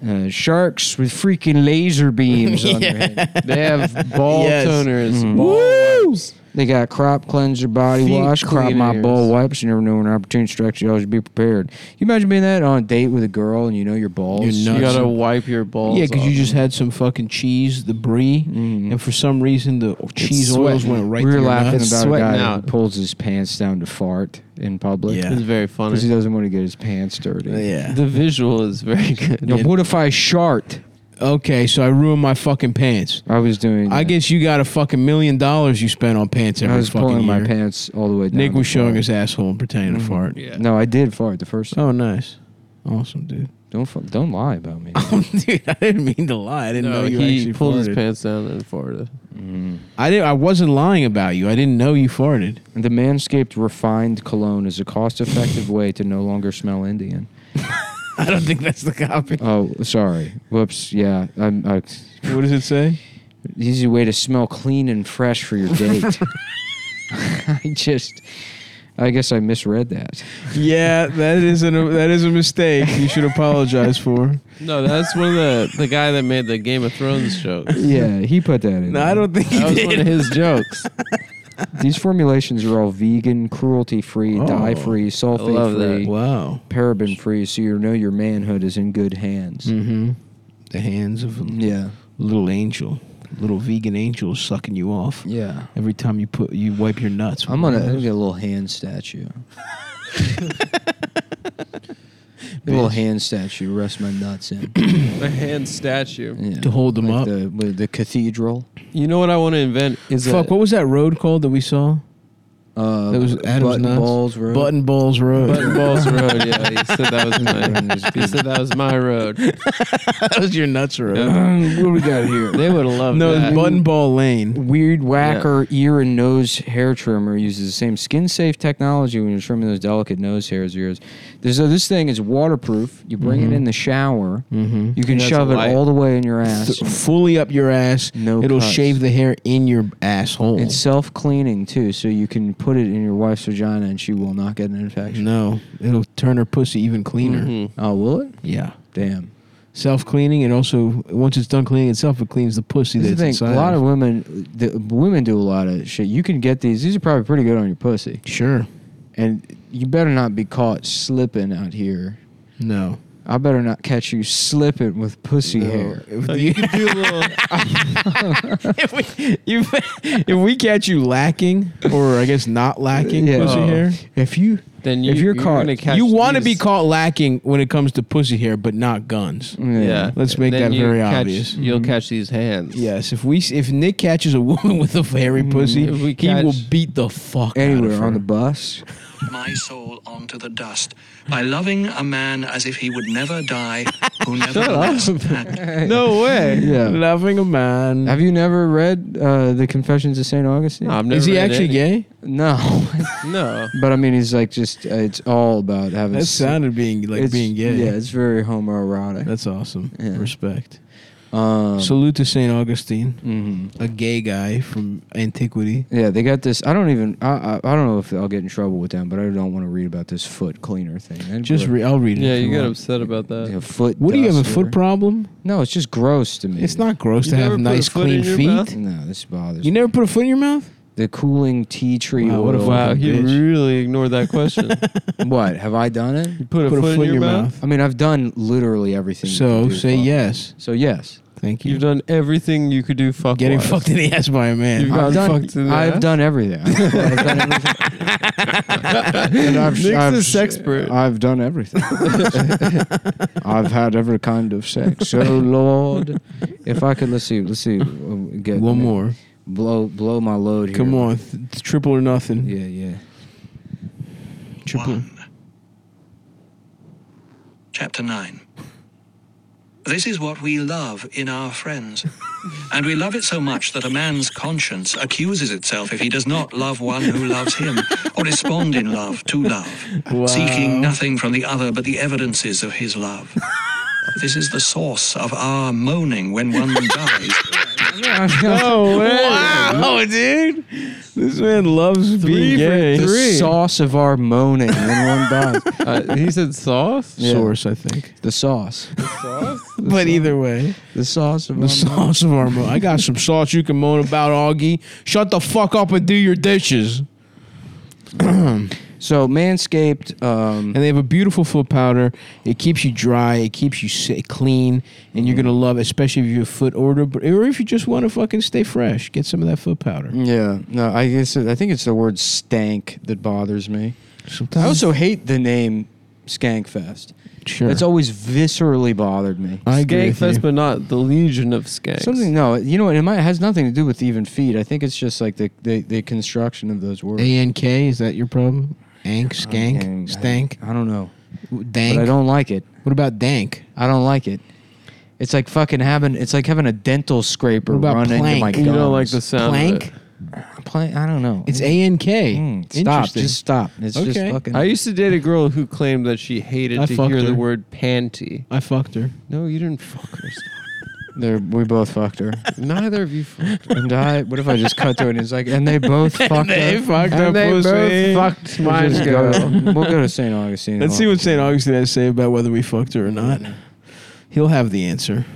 [SPEAKER 1] Uh, sharks with freaking laser beams on their head.
[SPEAKER 3] They have ball
[SPEAKER 2] Yes. Mm-hmm.
[SPEAKER 3] toners.
[SPEAKER 2] Woo!
[SPEAKER 1] They got crop cleanser, body
[SPEAKER 3] Feet
[SPEAKER 1] wash, crop my
[SPEAKER 3] cleaners.
[SPEAKER 1] ball wipes. You never know when an opportunity strikes. You always be prepared. You imagine being that on a date with a girl and you know your balls.
[SPEAKER 2] You're
[SPEAKER 3] You
[SPEAKER 2] nuts.
[SPEAKER 3] gotta wipe your balls.
[SPEAKER 2] Yeah, because
[SPEAKER 3] off.
[SPEAKER 2] you just had some fucking cheese, the brie, and for some reason the cheese oils
[SPEAKER 3] sweating.
[SPEAKER 2] went right
[SPEAKER 1] we
[SPEAKER 2] to
[SPEAKER 1] Mm-hmm. were
[SPEAKER 2] your
[SPEAKER 1] laughing
[SPEAKER 2] mouth.
[SPEAKER 1] about a
[SPEAKER 3] sweating
[SPEAKER 1] guy
[SPEAKER 3] out.
[SPEAKER 1] who pulls his pants down to fart in public.
[SPEAKER 2] Yeah.
[SPEAKER 3] It's very
[SPEAKER 1] Because
[SPEAKER 3] funny.
[SPEAKER 1] he doesn't want to get his pants dirty.
[SPEAKER 2] Yeah.
[SPEAKER 3] The visual is very good.
[SPEAKER 1] Now, what if I shart?
[SPEAKER 2] Okay, so I ruined my fucking pants.
[SPEAKER 1] I was doing.
[SPEAKER 2] I guess you got a fucking million dollars you spent on pants every
[SPEAKER 1] I was
[SPEAKER 2] fucking
[SPEAKER 1] pulling
[SPEAKER 2] year.
[SPEAKER 1] my pants all the Mm-hmm. way down.
[SPEAKER 2] Nick
[SPEAKER 1] to
[SPEAKER 2] was showing
[SPEAKER 1] fart.
[SPEAKER 2] his asshole and pretending to fart. Yeah.
[SPEAKER 1] No, I did fart the first time.
[SPEAKER 2] Oh, nice. Awesome, dude.
[SPEAKER 1] Don't fu- don't lie about me.
[SPEAKER 2] Um, dude, I didn't mean to lie. I didn't
[SPEAKER 3] No,
[SPEAKER 2] know you
[SPEAKER 3] he
[SPEAKER 2] actually
[SPEAKER 3] pulled
[SPEAKER 2] farted.
[SPEAKER 3] his pants down and farted.
[SPEAKER 1] Mm.
[SPEAKER 2] I didn't. I wasn't lying about you. I didn't know you farted.
[SPEAKER 1] the Manscaped refined cologne is a cost-effective way to no longer smell Indian.
[SPEAKER 2] I don't think that's the copy.
[SPEAKER 1] Oh, sorry. Whoops. Yeah. I'm, I,
[SPEAKER 2] What does it say?
[SPEAKER 1] easy way to smell clean and fresh for your date. I just. I guess I misread that.
[SPEAKER 2] Yeah, that is an that is a mistake. You should apologize for.
[SPEAKER 3] No, that's one of the the guy that made the Game of Thrones jokes.
[SPEAKER 1] Yeah, he put that in.
[SPEAKER 2] No, I don't think.
[SPEAKER 3] That was one of his jokes.
[SPEAKER 1] These formulations are all vegan, cruelty free,
[SPEAKER 2] Oh,
[SPEAKER 1] dye free,
[SPEAKER 3] love
[SPEAKER 1] sulfate
[SPEAKER 3] that.
[SPEAKER 1] free,
[SPEAKER 2] Wow.
[SPEAKER 1] paraben free, so you know your manhood is in good hands.
[SPEAKER 2] Mm-hmm. The hands of a
[SPEAKER 1] Yeah.
[SPEAKER 2] little angel, little vegan angel, is sucking you off
[SPEAKER 1] Yeah.
[SPEAKER 2] every time you put you wipe your nuts.
[SPEAKER 1] I'm gonna, I'm gonna get a little hand statue. a little hand statue, rest my nuts in.
[SPEAKER 3] A hand statue.
[SPEAKER 1] Yeah.
[SPEAKER 2] To hold them
[SPEAKER 1] Like
[SPEAKER 2] up.
[SPEAKER 1] The, with the cathedral.
[SPEAKER 3] You know what I want to invent is
[SPEAKER 2] Fuck!
[SPEAKER 3] a,
[SPEAKER 2] What was that road called that we saw?
[SPEAKER 6] Uh,
[SPEAKER 2] That was Adam's
[SPEAKER 6] Button
[SPEAKER 2] nuts.
[SPEAKER 6] Balls Road.
[SPEAKER 2] Button Balls Road.
[SPEAKER 3] Button Balls Road, yeah. He said that was my. he said that was my road.
[SPEAKER 2] that was your nuts road.
[SPEAKER 6] what do we got here?
[SPEAKER 3] They would have loved
[SPEAKER 2] No,
[SPEAKER 3] that.
[SPEAKER 2] it's Button Ball Lane.
[SPEAKER 1] Weird whacker ear and nose hair trimmer uses the same skin safe technology when you're trimming those delicate nose hairs of yours. This, so this thing is waterproof. You bring it in the shower.
[SPEAKER 2] Mm-hmm.
[SPEAKER 1] You can
[SPEAKER 3] That's
[SPEAKER 1] shove it
[SPEAKER 3] light.
[SPEAKER 1] all the way in your ass.
[SPEAKER 2] fully up your ass.
[SPEAKER 1] No
[SPEAKER 2] It'll
[SPEAKER 1] cuts.
[SPEAKER 2] shave the hair in your asshole.
[SPEAKER 1] It's self cleaning too, so you can put it in your wife's vagina and she will not get an infection.
[SPEAKER 2] no, it'll turn her pussy even cleaner.
[SPEAKER 3] Mhm.
[SPEAKER 1] Oh, will it?
[SPEAKER 2] Yeah.
[SPEAKER 1] Damn.
[SPEAKER 2] Self cleaning, and also once it's done cleaning itself, it cleans the pussy
[SPEAKER 1] That's
[SPEAKER 2] that's
[SPEAKER 1] the thing.
[SPEAKER 2] inside.
[SPEAKER 1] A lot of women, the, women do a lot of shit. You can get these. These are probably pretty good on your pussy,
[SPEAKER 2] sure.
[SPEAKER 1] and you better not be caught slipping out here.
[SPEAKER 2] No.
[SPEAKER 1] I better not catch you slipping with pussy hair.
[SPEAKER 2] If,
[SPEAKER 3] Oh,
[SPEAKER 2] you,
[SPEAKER 3] you could do a little.
[SPEAKER 2] if, we, you- if we catch you lacking, or I guess not lacking
[SPEAKER 1] Yeah.
[SPEAKER 2] pussy
[SPEAKER 3] Oh.
[SPEAKER 2] hair,
[SPEAKER 1] If you,
[SPEAKER 3] Then you,
[SPEAKER 1] If you're caught-
[SPEAKER 3] gonna catch
[SPEAKER 2] you want to
[SPEAKER 3] these-
[SPEAKER 2] be caught lacking when it comes to pussy hair, but not guns.
[SPEAKER 1] yeah,
[SPEAKER 3] Yeah.
[SPEAKER 2] Let's make
[SPEAKER 3] Then
[SPEAKER 2] that
[SPEAKER 3] you
[SPEAKER 2] very
[SPEAKER 3] catch-
[SPEAKER 2] obvious. Mm-hmm.
[SPEAKER 3] You'll catch these hands.
[SPEAKER 2] Yes, if we if Nick catches a woman with a hairy pussy,
[SPEAKER 3] Mm, If we
[SPEAKER 2] he
[SPEAKER 3] catch-
[SPEAKER 2] will beat the fuck out of
[SPEAKER 1] anywhere
[SPEAKER 2] her.
[SPEAKER 1] on the bus,
[SPEAKER 5] my soul onto the dust by loving a man as if he would never die, who nevertheless had
[SPEAKER 3] No way.
[SPEAKER 1] yeah.
[SPEAKER 2] loving a man.
[SPEAKER 1] Have you never read uh, the Confessions of Saint Augustine?
[SPEAKER 3] No, I've never
[SPEAKER 2] Is he
[SPEAKER 3] read
[SPEAKER 2] actually
[SPEAKER 3] any-
[SPEAKER 2] gay?
[SPEAKER 1] No,
[SPEAKER 3] No.
[SPEAKER 1] but I mean, he's like just. Uh, it's all about having.
[SPEAKER 2] That
[SPEAKER 1] sex.
[SPEAKER 2] sounded being like
[SPEAKER 1] It's-
[SPEAKER 2] being gay.
[SPEAKER 1] Yeah, it's very homoerotic.
[SPEAKER 2] that's awesome.
[SPEAKER 1] Yeah.
[SPEAKER 2] Respect.
[SPEAKER 1] Um,
[SPEAKER 2] Salute to Saint Augustine,
[SPEAKER 1] mhm.
[SPEAKER 2] a gay guy from antiquity.
[SPEAKER 1] Yeah, they got this. I don't even. I, I I don't know if I'll get in trouble with them, but I don't want to read about this foot cleaner thing. That'd
[SPEAKER 2] Just
[SPEAKER 1] gross.
[SPEAKER 2] re- I'll read it.
[SPEAKER 3] Yeah,
[SPEAKER 2] if
[SPEAKER 3] you
[SPEAKER 2] want.
[SPEAKER 3] got upset about that.
[SPEAKER 1] Yeah, foot.
[SPEAKER 2] What do you have a
[SPEAKER 1] dust
[SPEAKER 2] foot
[SPEAKER 1] or-
[SPEAKER 2] problem?
[SPEAKER 1] No, it's just gross to me.
[SPEAKER 2] It's not gross
[SPEAKER 3] You
[SPEAKER 2] to
[SPEAKER 3] never
[SPEAKER 2] have
[SPEAKER 3] put a
[SPEAKER 2] nice
[SPEAKER 3] foot in
[SPEAKER 2] clean
[SPEAKER 3] your
[SPEAKER 2] feet.
[SPEAKER 3] mouth?
[SPEAKER 1] No, this bothers.
[SPEAKER 2] You
[SPEAKER 1] me.
[SPEAKER 2] never put a foot in your mouth?
[SPEAKER 1] the cooling tea tree
[SPEAKER 2] Wow, what a
[SPEAKER 1] oil.
[SPEAKER 3] Wow,
[SPEAKER 2] fucking
[SPEAKER 3] he
[SPEAKER 2] bitch.
[SPEAKER 3] really ignored that question.
[SPEAKER 1] what have I done it?
[SPEAKER 3] You put a, foot, in your, mouth.
[SPEAKER 1] I mean, I've done literally everything. you
[SPEAKER 2] So
[SPEAKER 1] can do,
[SPEAKER 2] say
[SPEAKER 1] fuck.
[SPEAKER 2] yes.
[SPEAKER 1] So yes,
[SPEAKER 2] Thank you.
[SPEAKER 3] You've done everything you could do. Fuck.
[SPEAKER 2] Getting fucked in the ass by a man.
[SPEAKER 3] You've
[SPEAKER 1] I've
[SPEAKER 3] gotten
[SPEAKER 1] done.
[SPEAKER 3] fucked in the
[SPEAKER 1] I've
[SPEAKER 3] ass?
[SPEAKER 1] done everything. I've, I've done everything. and I've,
[SPEAKER 3] Nick's
[SPEAKER 1] I've,
[SPEAKER 3] a sexpert.
[SPEAKER 1] I've done everything. I've had every kind of sex. So Lord, if I could, let's see, let's see, um, get
[SPEAKER 2] One more.
[SPEAKER 1] Blow, blow my load. Here.
[SPEAKER 2] Come on. Th- triple or nothing.
[SPEAKER 1] Yeah, yeah.
[SPEAKER 2] Triple.
[SPEAKER 5] One. Chapter 9. This is what we love in our friends. And we love it so much that a man's conscience accuses itself if he does not love one who loves him, or is spawned in love to love, seeking nothing from the other but the evidences of his love. This is the source of our moaning when one dies.
[SPEAKER 2] Oh, wow, dude. This man loves being gay.
[SPEAKER 1] The sauce of our moaning when one dies.
[SPEAKER 3] Uh, he said sauce.
[SPEAKER 1] Yeah.
[SPEAKER 2] Source, I think.
[SPEAKER 1] The sauce.
[SPEAKER 2] But either way,
[SPEAKER 1] The sauce of
[SPEAKER 2] the
[SPEAKER 1] our
[SPEAKER 2] sauce of our mo- I got some sauce you can moan about, Augie. Shut the fuck up and do your dishes.
[SPEAKER 1] moaning. So Manscaped. Um,
[SPEAKER 2] And they have a beautiful foot powder. It keeps you dry. It keeps you sa- clean, and you're gonna love, it, especially if you're a foot order, but or if you just want to fucking stay fresh, get some of that foot powder.
[SPEAKER 1] yeah, no, I guess I think it's the word stank that bothers me. I
[SPEAKER 2] Sometimes,
[SPEAKER 1] also hate the name Skankfest.
[SPEAKER 2] sure.
[SPEAKER 1] It's always viscerally bothered me.
[SPEAKER 2] I agree with you.
[SPEAKER 3] Skankfest, but not the Legion of Skanks.
[SPEAKER 1] Something no, you know, it might it has nothing to do with even feet. I think it's just like the the, the construction of those words.
[SPEAKER 2] A N K is that your problem?
[SPEAKER 5] Um,
[SPEAKER 2] Ank, skank,
[SPEAKER 1] And-
[SPEAKER 2] stank,
[SPEAKER 1] I, don't know,
[SPEAKER 2] dank.
[SPEAKER 1] but I don't like it.
[SPEAKER 2] what about dank?
[SPEAKER 1] I don't like it. It's like fucking having. It's like having a dental scraper
[SPEAKER 2] What about
[SPEAKER 1] run into
[SPEAKER 2] plank?
[SPEAKER 1] my
[SPEAKER 2] You
[SPEAKER 1] gums.
[SPEAKER 3] You don't like the sound
[SPEAKER 2] Plank.
[SPEAKER 3] of it.
[SPEAKER 1] Plank- I don't know.
[SPEAKER 2] It's A N K.
[SPEAKER 5] Hmm,
[SPEAKER 1] Mm, stop. Just stop. It's just
[SPEAKER 2] Okay.
[SPEAKER 1] fucking.
[SPEAKER 3] I used to date a girl who claimed that she hated
[SPEAKER 2] I
[SPEAKER 3] to
[SPEAKER 2] fucked
[SPEAKER 3] hear
[SPEAKER 2] her.
[SPEAKER 3] the word panty.
[SPEAKER 2] I fucked her.
[SPEAKER 3] No, you didn't fuck her. Stop.
[SPEAKER 1] They're- we both fucked her.
[SPEAKER 3] Neither of you fucked.
[SPEAKER 1] and I. What if I just cut to it? And it's like, and they both fucked
[SPEAKER 2] they
[SPEAKER 1] up.
[SPEAKER 2] fucked
[SPEAKER 1] and
[SPEAKER 2] up
[SPEAKER 1] they both
[SPEAKER 2] pussy.
[SPEAKER 1] fucked my
[SPEAKER 3] Just
[SPEAKER 1] girl.
[SPEAKER 3] go.
[SPEAKER 1] we'll go to St. Augustine.
[SPEAKER 2] Let's see what St. Augustine has to say about whether we fucked her or not. He'll have the answer.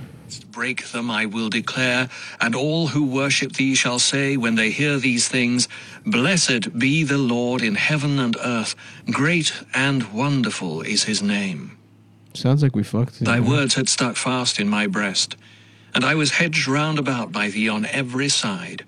[SPEAKER 5] Break them, I will declare, and all who worship thee shall say, when they hear these things, Blessed be the Lord in heaven and earth, great and wonderful is his name.
[SPEAKER 2] Sounds like we fucked him.
[SPEAKER 5] Thy words had stuck fast in my breast, and I was hedged round about by thee on every side.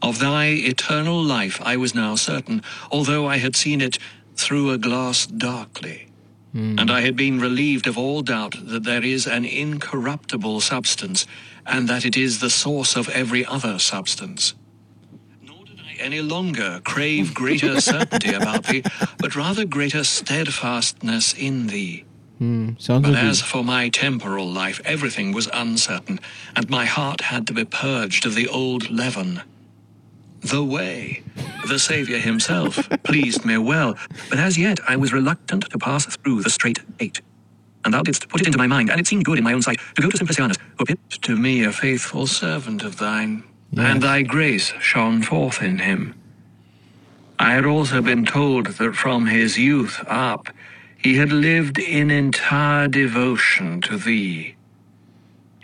[SPEAKER 5] Of thy eternal life I was now certain, although I had seen it through a glass darkly. And I had been relieved of all doubt that there is an incorruptible substance, and that it is the source of every other substance. Nor did I any longer crave greater certainty about thee, but rather greater steadfastness in thee.
[SPEAKER 2] Sounds
[SPEAKER 5] But
[SPEAKER 2] like
[SPEAKER 5] as for my temporal life, everything was uncertain, and my heart had to be purged of the old leaven. The way, the Saviour himself, pleased me well, but as yet I was reluctant to pass through the straight gate. And thou didst put it into my mind, and it seemed good in my own sight, to go to Simplicianus, who appeared to me a faithful servant of thine, and thy grace shone forth in him. I had also been told that from his youth up, he had lived in entire devotion to thee.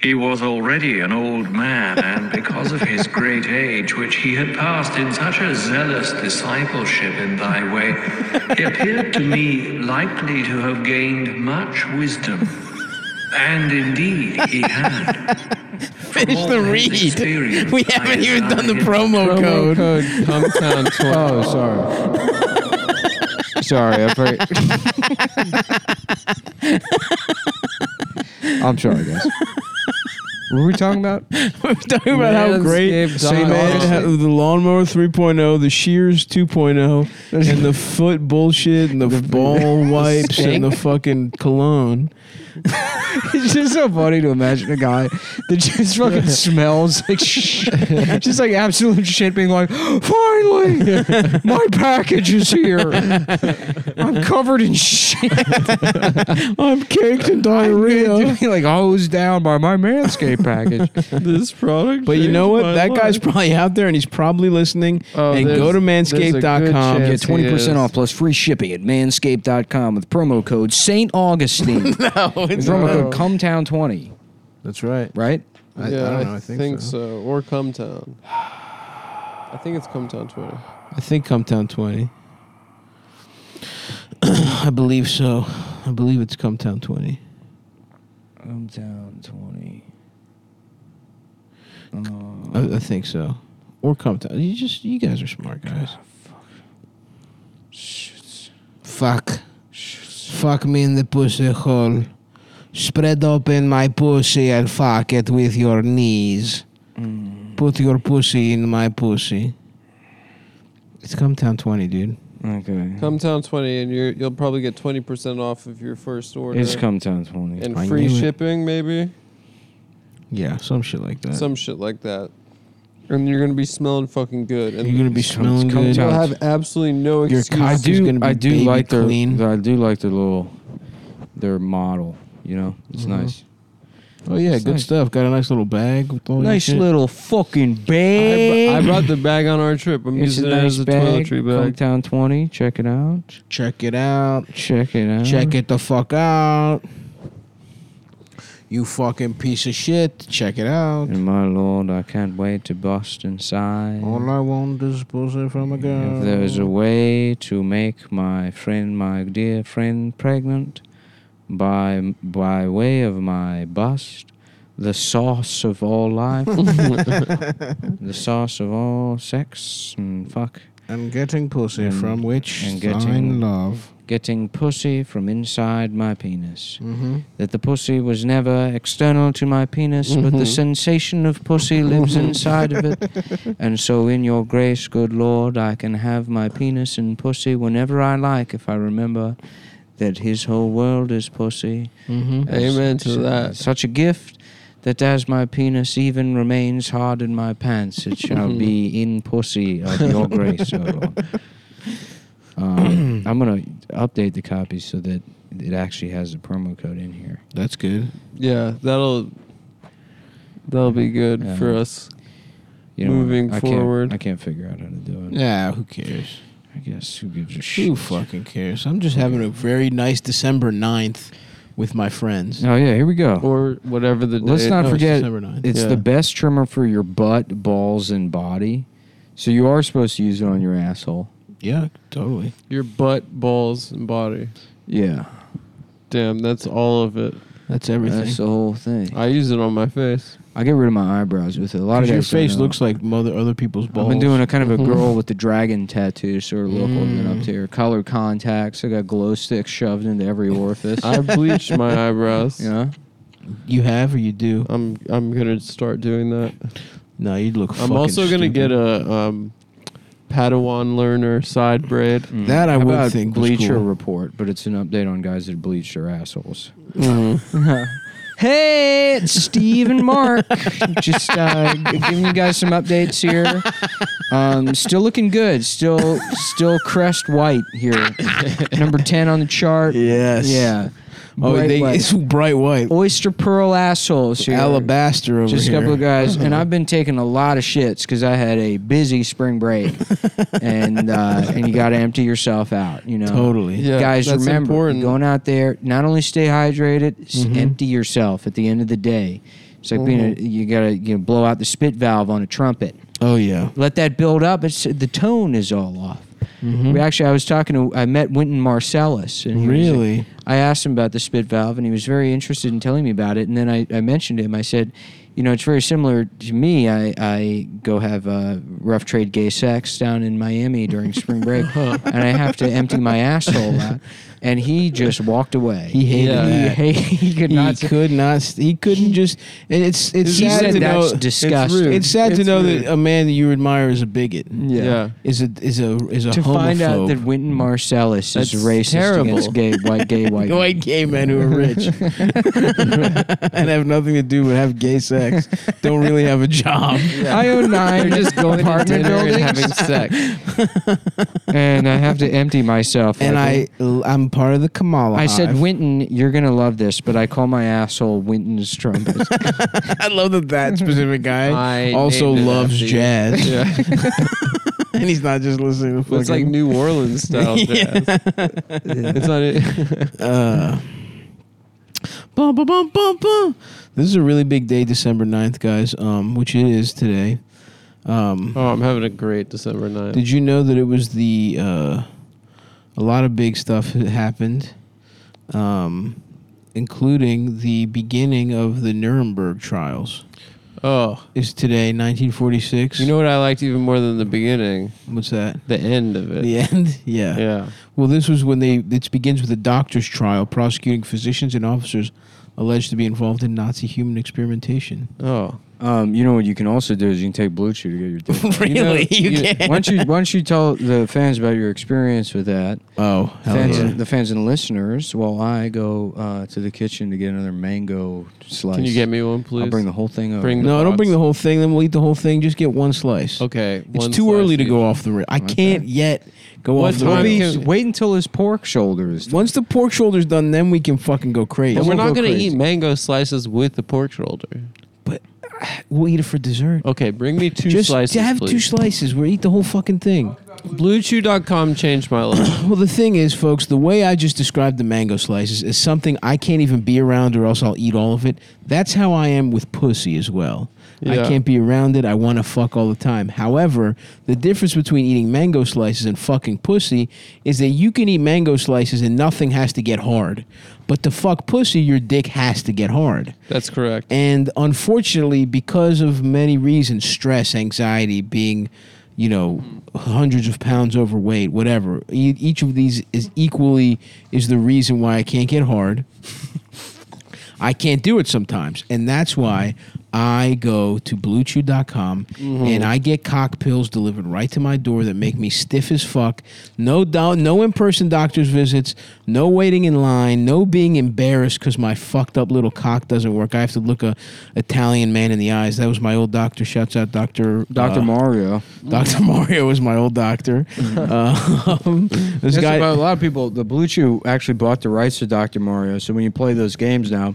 [SPEAKER 5] He was already an old man, and because of his great age, which he had passed in such a zealous discipleship in thy way, he appeared to me likely to have gained much wisdom. And indeed, he had.
[SPEAKER 2] finish the read.
[SPEAKER 5] experience,
[SPEAKER 2] We
[SPEAKER 5] I
[SPEAKER 2] haven't even done the
[SPEAKER 5] desired-
[SPEAKER 2] promo
[SPEAKER 3] Promo
[SPEAKER 2] code.
[SPEAKER 3] code hometown
[SPEAKER 4] Oh, sorry. sorry, I for- I'm sorry, guys. What were we talking about?
[SPEAKER 2] We're talking about how great
[SPEAKER 3] Manscaped
[SPEAKER 2] they made
[SPEAKER 3] dot
[SPEAKER 2] how-
[SPEAKER 3] com.
[SPEAKER 2] the lawnmower 3.0, the shears 2.0, and the foot bullshit, and the, ball wipes, and the fucking cologne.
[SPEAKER 4] It's just so funny to imagine a guy that just fucking smells like shit. Just like absolute shit being like, finally, my package is here. I'm covered in shit.
[SPEAKER 2] I'm caked in diarrhea.
[SPEAKER 4] Being like hosed down by my Manscaped package.
[SPEAKER 3] This product.
[SPEAKER 2] But you know
[SPEAKER 3] changed
[SPEAKER 2] what?
[SPEAKER 3] my
[SPEAKER 2] That
[SPEAKER 3] life.
[SPEAKER 2] guy's probably out there and he's probably listening.
[SPEAKER 5] Uh,
[SPEAKER 3] Oh,
[SPEAKER 2] and
[SPEAKER 3] there's-
[SPEAKER 2] go to
[SPEAKER 3] there's a
[SPEAKER 1] Um,
[SPEAKER 3] good
[SPEAKER 2] manscaped.com.
[SPEAKER 3] chance
[SPEAKER 2] Get
[SPEAKER 4] Get
[SPEAKER 3] he
[SPEAKER 4] 20%
[SPEAKER 3] is.
[SPEAKER 4] off plus free shipping at manscaped.com with promo code St. Augustine. no,
[SPEAKER 2] it's
[SPEAKER 4] promo
[SPEAKER 3] not.
[SPEAKER 4] code Cumtown20,
[SPEAKER 2] That's right.
[SPEAKER 4] right?
[SPEAKER 2] I,
[SPEAKER 3] yeah,
[SPEAKER 2] I don't know. I think, so.
[SPEAKER 3] Or Come Town. I think it's Come Town Twitter.
[SPEAKER 2] I think Cumtown 20. I believe so. I believe it's Cumtown 20.
[SPEAKER 4] Cumtown20.
[SPEAKER 1] Uh,
[SPEAKER 2] I, I think so. Or Cumtown. You just you guys are smart guys. fuck. Fuck. Fuck me in the pussy hole. Spread open my pussy and fuck it with your knees.
[SPEAKER 1] mm.
[SPEAKER 2] Put your pussy in my pussy. It's Cumtown 20, dude.
[SPEAKER 1] Okay.
[SPEAKER 3] Come Town 20, and you're, you'll probably get 20% off of your first order.
[SPEAKER 1] It's come times 20.
[SPEAKER 3] and
[SPEAKER 2] I
[SPEAKER 3] free
[SPEAKER 2] knew it.
[SPEAKER 3] shipping, maybe?
[SPEAKER 2] Yeah, some shit like that.
[SPEAKER 3] Some shit like that. And you're going to be smelling fucking good. And
[SPEAKER 2] You're gonna be smelling
[SPEAKER 1] Cum-
[SPEAKER 2] good.
[SPEAKER 3] you'll
[SPEAKER 1] Cumtown.
[SPEAKER 3] have absolutely no
[SPEAKER 2] Your
[SPEAKER 3] excuse.
[SPEAKER 2] cock
[SPEAKER 1] I
[SPEAKER 2] It's just gonna
[SPEAKER 1] do.
[SPEAKER 2] be
[SPEAKER 1] I do
[SPEAKER 2] baby
[SPEAKER 1] like their.
[SPEAKER 2] clean.
[SPEAKER 1] I do like their little, their model. You know, it's nice.
[SPEAKER 2] Oh yeah,
[SPEAKER 1] It's
[SPEAKER 2] good
[SPEAKER 1] nice.
[SPEAKER 2] stuff. Got a nice little bag with all
[SPEAKER 4] Nice
[SPEAKER 2] your shit.
[SPEAKER 4] little fucking
[SPEAKER 3] I,
[SPEAKER 4] bag.
[SPEAKER 3] br- I brought the bag on our trip. I'm
[SPEAKER 1] It's a
[SPEAKER 3] using it
[SPEAKER 1] nice
[SPEAKER 3] as a
[SPEAKER 1] bag.
[SPEAKER 3] toiletry bag.
[SPEAKER 1] Hometown 20. Check it out.
[SPEAKER 2] Check it out.
[SPEAKER 1] Check it out.
[SPEAKER 2] Check it the fuck out. You fucking piece of shit. Check it out.
[SPEAKER 1] And my lord, I can't wait to bust inside.
[SPEAKER 2] All I want is pussy from a girl.
[SPEAKER 1] If there is a way to make my friend, my dear friend, pregnant by by way of my bust, the source of all life, the source of all sex and fuck,
[SPEAKER 2] and getting pussy
[SPEAKER 1] And-
[SPEAKER 2] from which
[SPEAKER 1] and
[SPEAKER 2] thine
[SPEAKER 1] getting-
[SPEAKER 2] love.
[SPEAKER 1] getting pussy from inside my penis.
[SPEAKER 2] Mm-hmm.
[SPEAKER 1] That the pussy was never external to my penis, but
[SPEAKER 3] Mm-hmm.
[SPEAKER 1] the sensation of pussy lives inside of it. And so, in your grace, good Lord, I can have my penis and pussy whenever I like if I remember that his whole world is pussy.
[SPEAKER 2] Mm-hmm.
[SPEAKER 1] As-
[SPEAKER 3] Amen to
[SPEAKER 1] s-
[SPEAKER 3] that.
[SPEAKER 1] Such a gift that as my penis even remains hard in my pants, it shall
[SPEAKER 3] Mm-hmm.
[SPEAKER 1] be in pussy of your grace, O Lord. Um, I'm going to update the copy so that it actually has the promo code in here.
[SPEAKER 2] That's good.
[SPEAKER 3] Yeah, that'll that'll be good
[SPEAKER 1] Yeah.
[SPEAKER 3] for us.
[SPEAKER 1] You know,
[SPEAKER 3] Moving
[SPEAKER 1] I can't-
[SPEAKER 3] forward.
[SPEAKER 1] I can't figure out how to do it.
[SPEAKER 2] Yeah, who cares?
[SPEAKER 1] I guess who gives a shit?
[SPEAKER 2] Who fucking cares? I'm just having a very nice December 9th with my friends.
[SPEAKER 1] Oh yeah, here we go.
[SPEAKER 3] Or whatever the
[SPEAKER 1] Let's
[SPEAKER 3] date-
[SPEAKER 1] not
[SPEAKER 2] No, it's
[SPEAKER 1] forget-
[SPEAKER 2] December 9th.
[SPEAKER 1] It's
[SPEAKER 3] Yeah.
[SPEAKER 1] the best trimmer for your butt, balls, and body. So you are supposed to use it on your asshole.
[SPEAKER 2] yeah, totally.
[SPEAKER 3] Your butt, balls, and body.
[SPEAKER 1] Yeah,
[SPEAKER 3] Damn, that's all of it.
[SPEAKER 2] That's everything.
[SPEAKER 1] that's the whole thing. I,
[SPEAKER 3] I use it on my face.
[SPEAKER 1] get rid of my eyebrows with it. A lot of
[SPEAKER 2] Because your
[SPEAKER 1] guys don't
[SPEAKER 2] face
[SPEAKER 1] know.
[SPEAKER 2] looks like mother other people's balls.
[SPEAKER 1] I've been doing a kind of a girl with the dragon tattoo, sort of local and
[SPEAKER 2] Mm.
[SPEAKER 1] up to here. Color contacts. I got glow sticks shoved into every orifice.
[SPEAKER 3] I bleached my eyebrows.
[SPEAKER 1] you know,
[SPEAKER 2] You have or you do?
[SPEAKER 3] I'm I'm gonna start doing that.
[SPEAKER 2] No, you look.
[SPEAKER 3] I'm also gonna get a um, Padawan learner side braid.
[SPEAKER 2] That I
[SPEAKER 1] Mm. How
[SPEAKER 2] would
[SPEAKER 1] about
[SPEAKER 2] think was
[SPEAKER 1] Bleacher
[SPEAKER 2] cool.
[SPEAKER 1] Report, but it's an update on guys that bleach their assholes.
[SPEAKER 2] Mm.
[SPEAKER 4] Hey,
[SPEAKER 1] It's Steve and Mark. Just uh, giving you guys some updates here. Um, still looking good. Still, still crest white here. Number ten on the chart.
[SPEAKER 2] Yes.
[SPEAKER 1] Yeah.
[SPEAKER 2] Oh,
[SPEAKER 1] Bright
[SPEAKER 2] they,
[SPEAKER 1] white.
[SPEAKER 2] it's bright white.
[SPEAKER 1] oyster pearl assholes here.
[SPEAKER 2] Alabaster over
[SPEAKER 1] Just a
[SPEAKER 2] here.
[SPEAKER 1] couple of guys, and I've been taking a lot of shits because I had a busy spring break, and uh, and you got to empty yourself out, you know.
[SPEAKER 2] Totally.
[SPEAKER 3] Yeah,
[SPEAKER 1] guys,
[SPEAKER 3] that's
[SPEAKER 1] remember
[SPEAKER 3] important.
[SPEAKER 1] going out there. Not only stay hydrated, s
[SPEAKER 2] Mm-hmm.
[SPEAKER 1] empty yourself at the end of the day. It's like being a, you gotta you know, blow out the spit valve on a trumpet.
[SPEAKER 2] Oh yeah.
[SPEAKER 1] Let that build up. It's the tone is all off.
[SPEAKER 2] Mm-hmm.
[SPEAKER 1] We actually, I was talking to, I met Wynton Marcellus, and he was-
[SPEAKER 2] Really?
[SPEAKER 1] I asked him about the spit valve, and he was very interested in telling me about it. And then I, I mentioned to him, I said, you know, it's very similar to me. I, I go have uh, rough trade gay sex down in Miami during spring break, and I have to empty my asshole out. And he just walked away. He
[SPEAKER 2] hated that.
[SPEAKER 1] He, he could
[SPEAKER 2] He
[SPEAKER 1] not.
[SPEAKER 2] could not. He couldn't just. And it's it's
[SPEAKER 1] He
[SPEAKER 2] sad
[SPEAKER 1] said
[SPEAKER 2] to
[SPEAKER 1] that's
[SPEAKER 2] know.
[SPEAKER 1] disgusting.
[SPEAKER 3] rude.
[SPEAKER 2] It's sad to
[SPEAKER 3] It's
[SPEAKER 2] know
[SPEAKER 3] rude.
[SPEAKER 2] that a man that you admire is a bigot.
[SPEAKER 1] Yeah.
[SPEAKER 3] Yeah.
[SPEAKER 2] Is a is a is a
[SPEAKER 1] to
[SPEAKER 2] homophobe.
[SPEAKER 1] find out that Wynton Marcellus is
[SPEAKER 3] That's
[SPEAKER 1] racist
[SPEAKER 3] terrible.
[SPEAKER 1] against gay white gay white. men.
[SPEAKER 2] white gay men who are rich and have nothing to do but have gay sex don't really have a job.
[SPEAKER 1] I own nine
[SPEAKER 3] They're just going to
[SPEAKER 1] apartment
[SPEAKER 3] dinner
[SPEAKER 1] buildings,
[SPEAKER 3] and having sex.
[SPEAKER 1] and I have to empty myself.
[SPEAKER 2] And
[SPEAKER 1] like
[SPEAKER 2] I I'm part of the Kamala.
[SPEAKER 1] I said,
[SPEAKER 2] Hive.
[SPEAKER 1] Winton, you're gonna love this, but I call my asshole Winton's trumpet.
[SPEAKER 2] I love that that specific guy
[SPEAKER 3] I
[SPEAKER 2] also
[SPEAKER 3] named it
[SPEAKER 2] loves
[SPEAKER 3] after you.
[SPEAKER 2] jazz,
[SPEAKER 3] Yeah.
[SPEAKER 2] and he's not just listening to
[SPEAKER 3] Well, it's like
[SPEAKER 2] fucking-
[SPEAKER 3] New Orleans style jazz. It's not e-
[SPEAKER 2] Uh, bum, bum, bum, bum, bum. This is a really big day, December 9th, guys, um, which it is today. Um,
[SPEAKER 3] Oh, I'm having a great December 9th.
[SPEAKER 2] Did you know that it was the. Uh, a lot of big stuff ha- happened, um, including the beginning of the Nuremberg trials.
[SPEAKER 3] oh,
[SPEAKER 2] Is today 1946?
[SPEAKER 3] you know what I liked even more than the beginning?
[SPEAKER 2] what's that?
[SPEAKER 3] The end of it.
[SPEAKER 2] The end? Yeah.
[SPEAKER 3] Yeah.
[SPEAKER 2] Well, this was when they. It begins with a doctor's trial prosecuting physicians and officers alleged to be involved in Nazi human experimentation.
[SPEAKER 3] Oh.
[SPEAKER 1] um, you know what you can also do is you can take blue chew to get your dick.
[SPEAKER 2] really?
[SPEAKER 3] You know-
[SPEAKER 2] can't.
[SPEAKER 1] Once you once you tell the fans about your experience with that,
[SPEAKER 2] Oh, hell
[SPEAKER 1] fans
[SPEAKER 2] yeah.
[SPEAKER 1] and, the fans and listeners, while I go uh, to the kitchen to get another mango slice.
[SPEAKER 3] Can you get me one, please?
[SPEAKER 1] I'll bring the whole thing over.
[SPEAKER 3] Bring the-
[SPEAKER 2] No, don't bring
[SPEAKER 3] box.
[SPEAKER 2] the whole thing. Then we'll eat the whole thing. Just get one slice.
[SPEAKER 3] Okay.
[SPEAKER 2] It's too early to go off the rail. I can't yet go
[SPEAKER 3] What
[SPEAKER 2] off the
[SPEAKER 3] time
[SPEAKER 2] rail.
[SPEAKER 1] Please wait until his pork shoulder is done.
[SPEAKER 2] Once the pork shoulder's done, then we can fucking go crazy.
[SPEAKER 3] And we're not going to
[SPEAKER 1] crazy.
[SPEAKER 3] eat mango slices with the pork shoulder.
[SPEAKER 2] But uh, we'll eat it for dessert.
[SPEAKER 3] Okay, bring me two
[SPEAKER 2] Just
[SPEAKER 3] slices.
[SPEAKER 2] have two
[SPEAKER 3] please.
[SPEAKER 2] slices. We'll eat the whole fucking thing.
[SPEAKER 3] Bluechew.com changed my life.
[SPEAKER 2] Well, the thing is, folks, the way I just described the mango slices is something I can't even be around, or else I'll eat all of it. That's how I am with pussy as well. I
[SPEAKER 3] Yeah.
[SPEAKER 2] can't be around it. I want to fuck all the time. However, the difference between eating mango slices and fucking pussy is that you can eat mango slices and nothing has to get hard. But to fuck pussy, your dick has to get hard.
[SPEAKER 3] That's correct.
[SPEAKER 2] And unfortunately, because of many reasons stress, anxiety, being, you know, hundreds of pounds overweight, whatever e- each of these is equally is the reason why I can't get hard. I can't do it sometimes. And that's why I go to bluechew.com and I get cock pills delivered right to my door that make me stiff as fuck. No down, no in-person doctor's visits, no waiting in line, no being embarrassed cuz my fucked up little cock doesn't work. I have to look a Italian man in the eyes. That was my old doctor. Shouts out Dr.
[SPEAKER 1] Dr.
[SPEAKER 2] uh,
[SPEAKER 1] Mario.
[SPEAKER 2] Dr. Mario was my old doctor. um, this
[SPEAKER 1] That's
[SPEAKER 2] guy
[SPEAKER 1] about a lot of people. The Blue Chew actually bought the rights to Dr. Mario, so when you play those games now,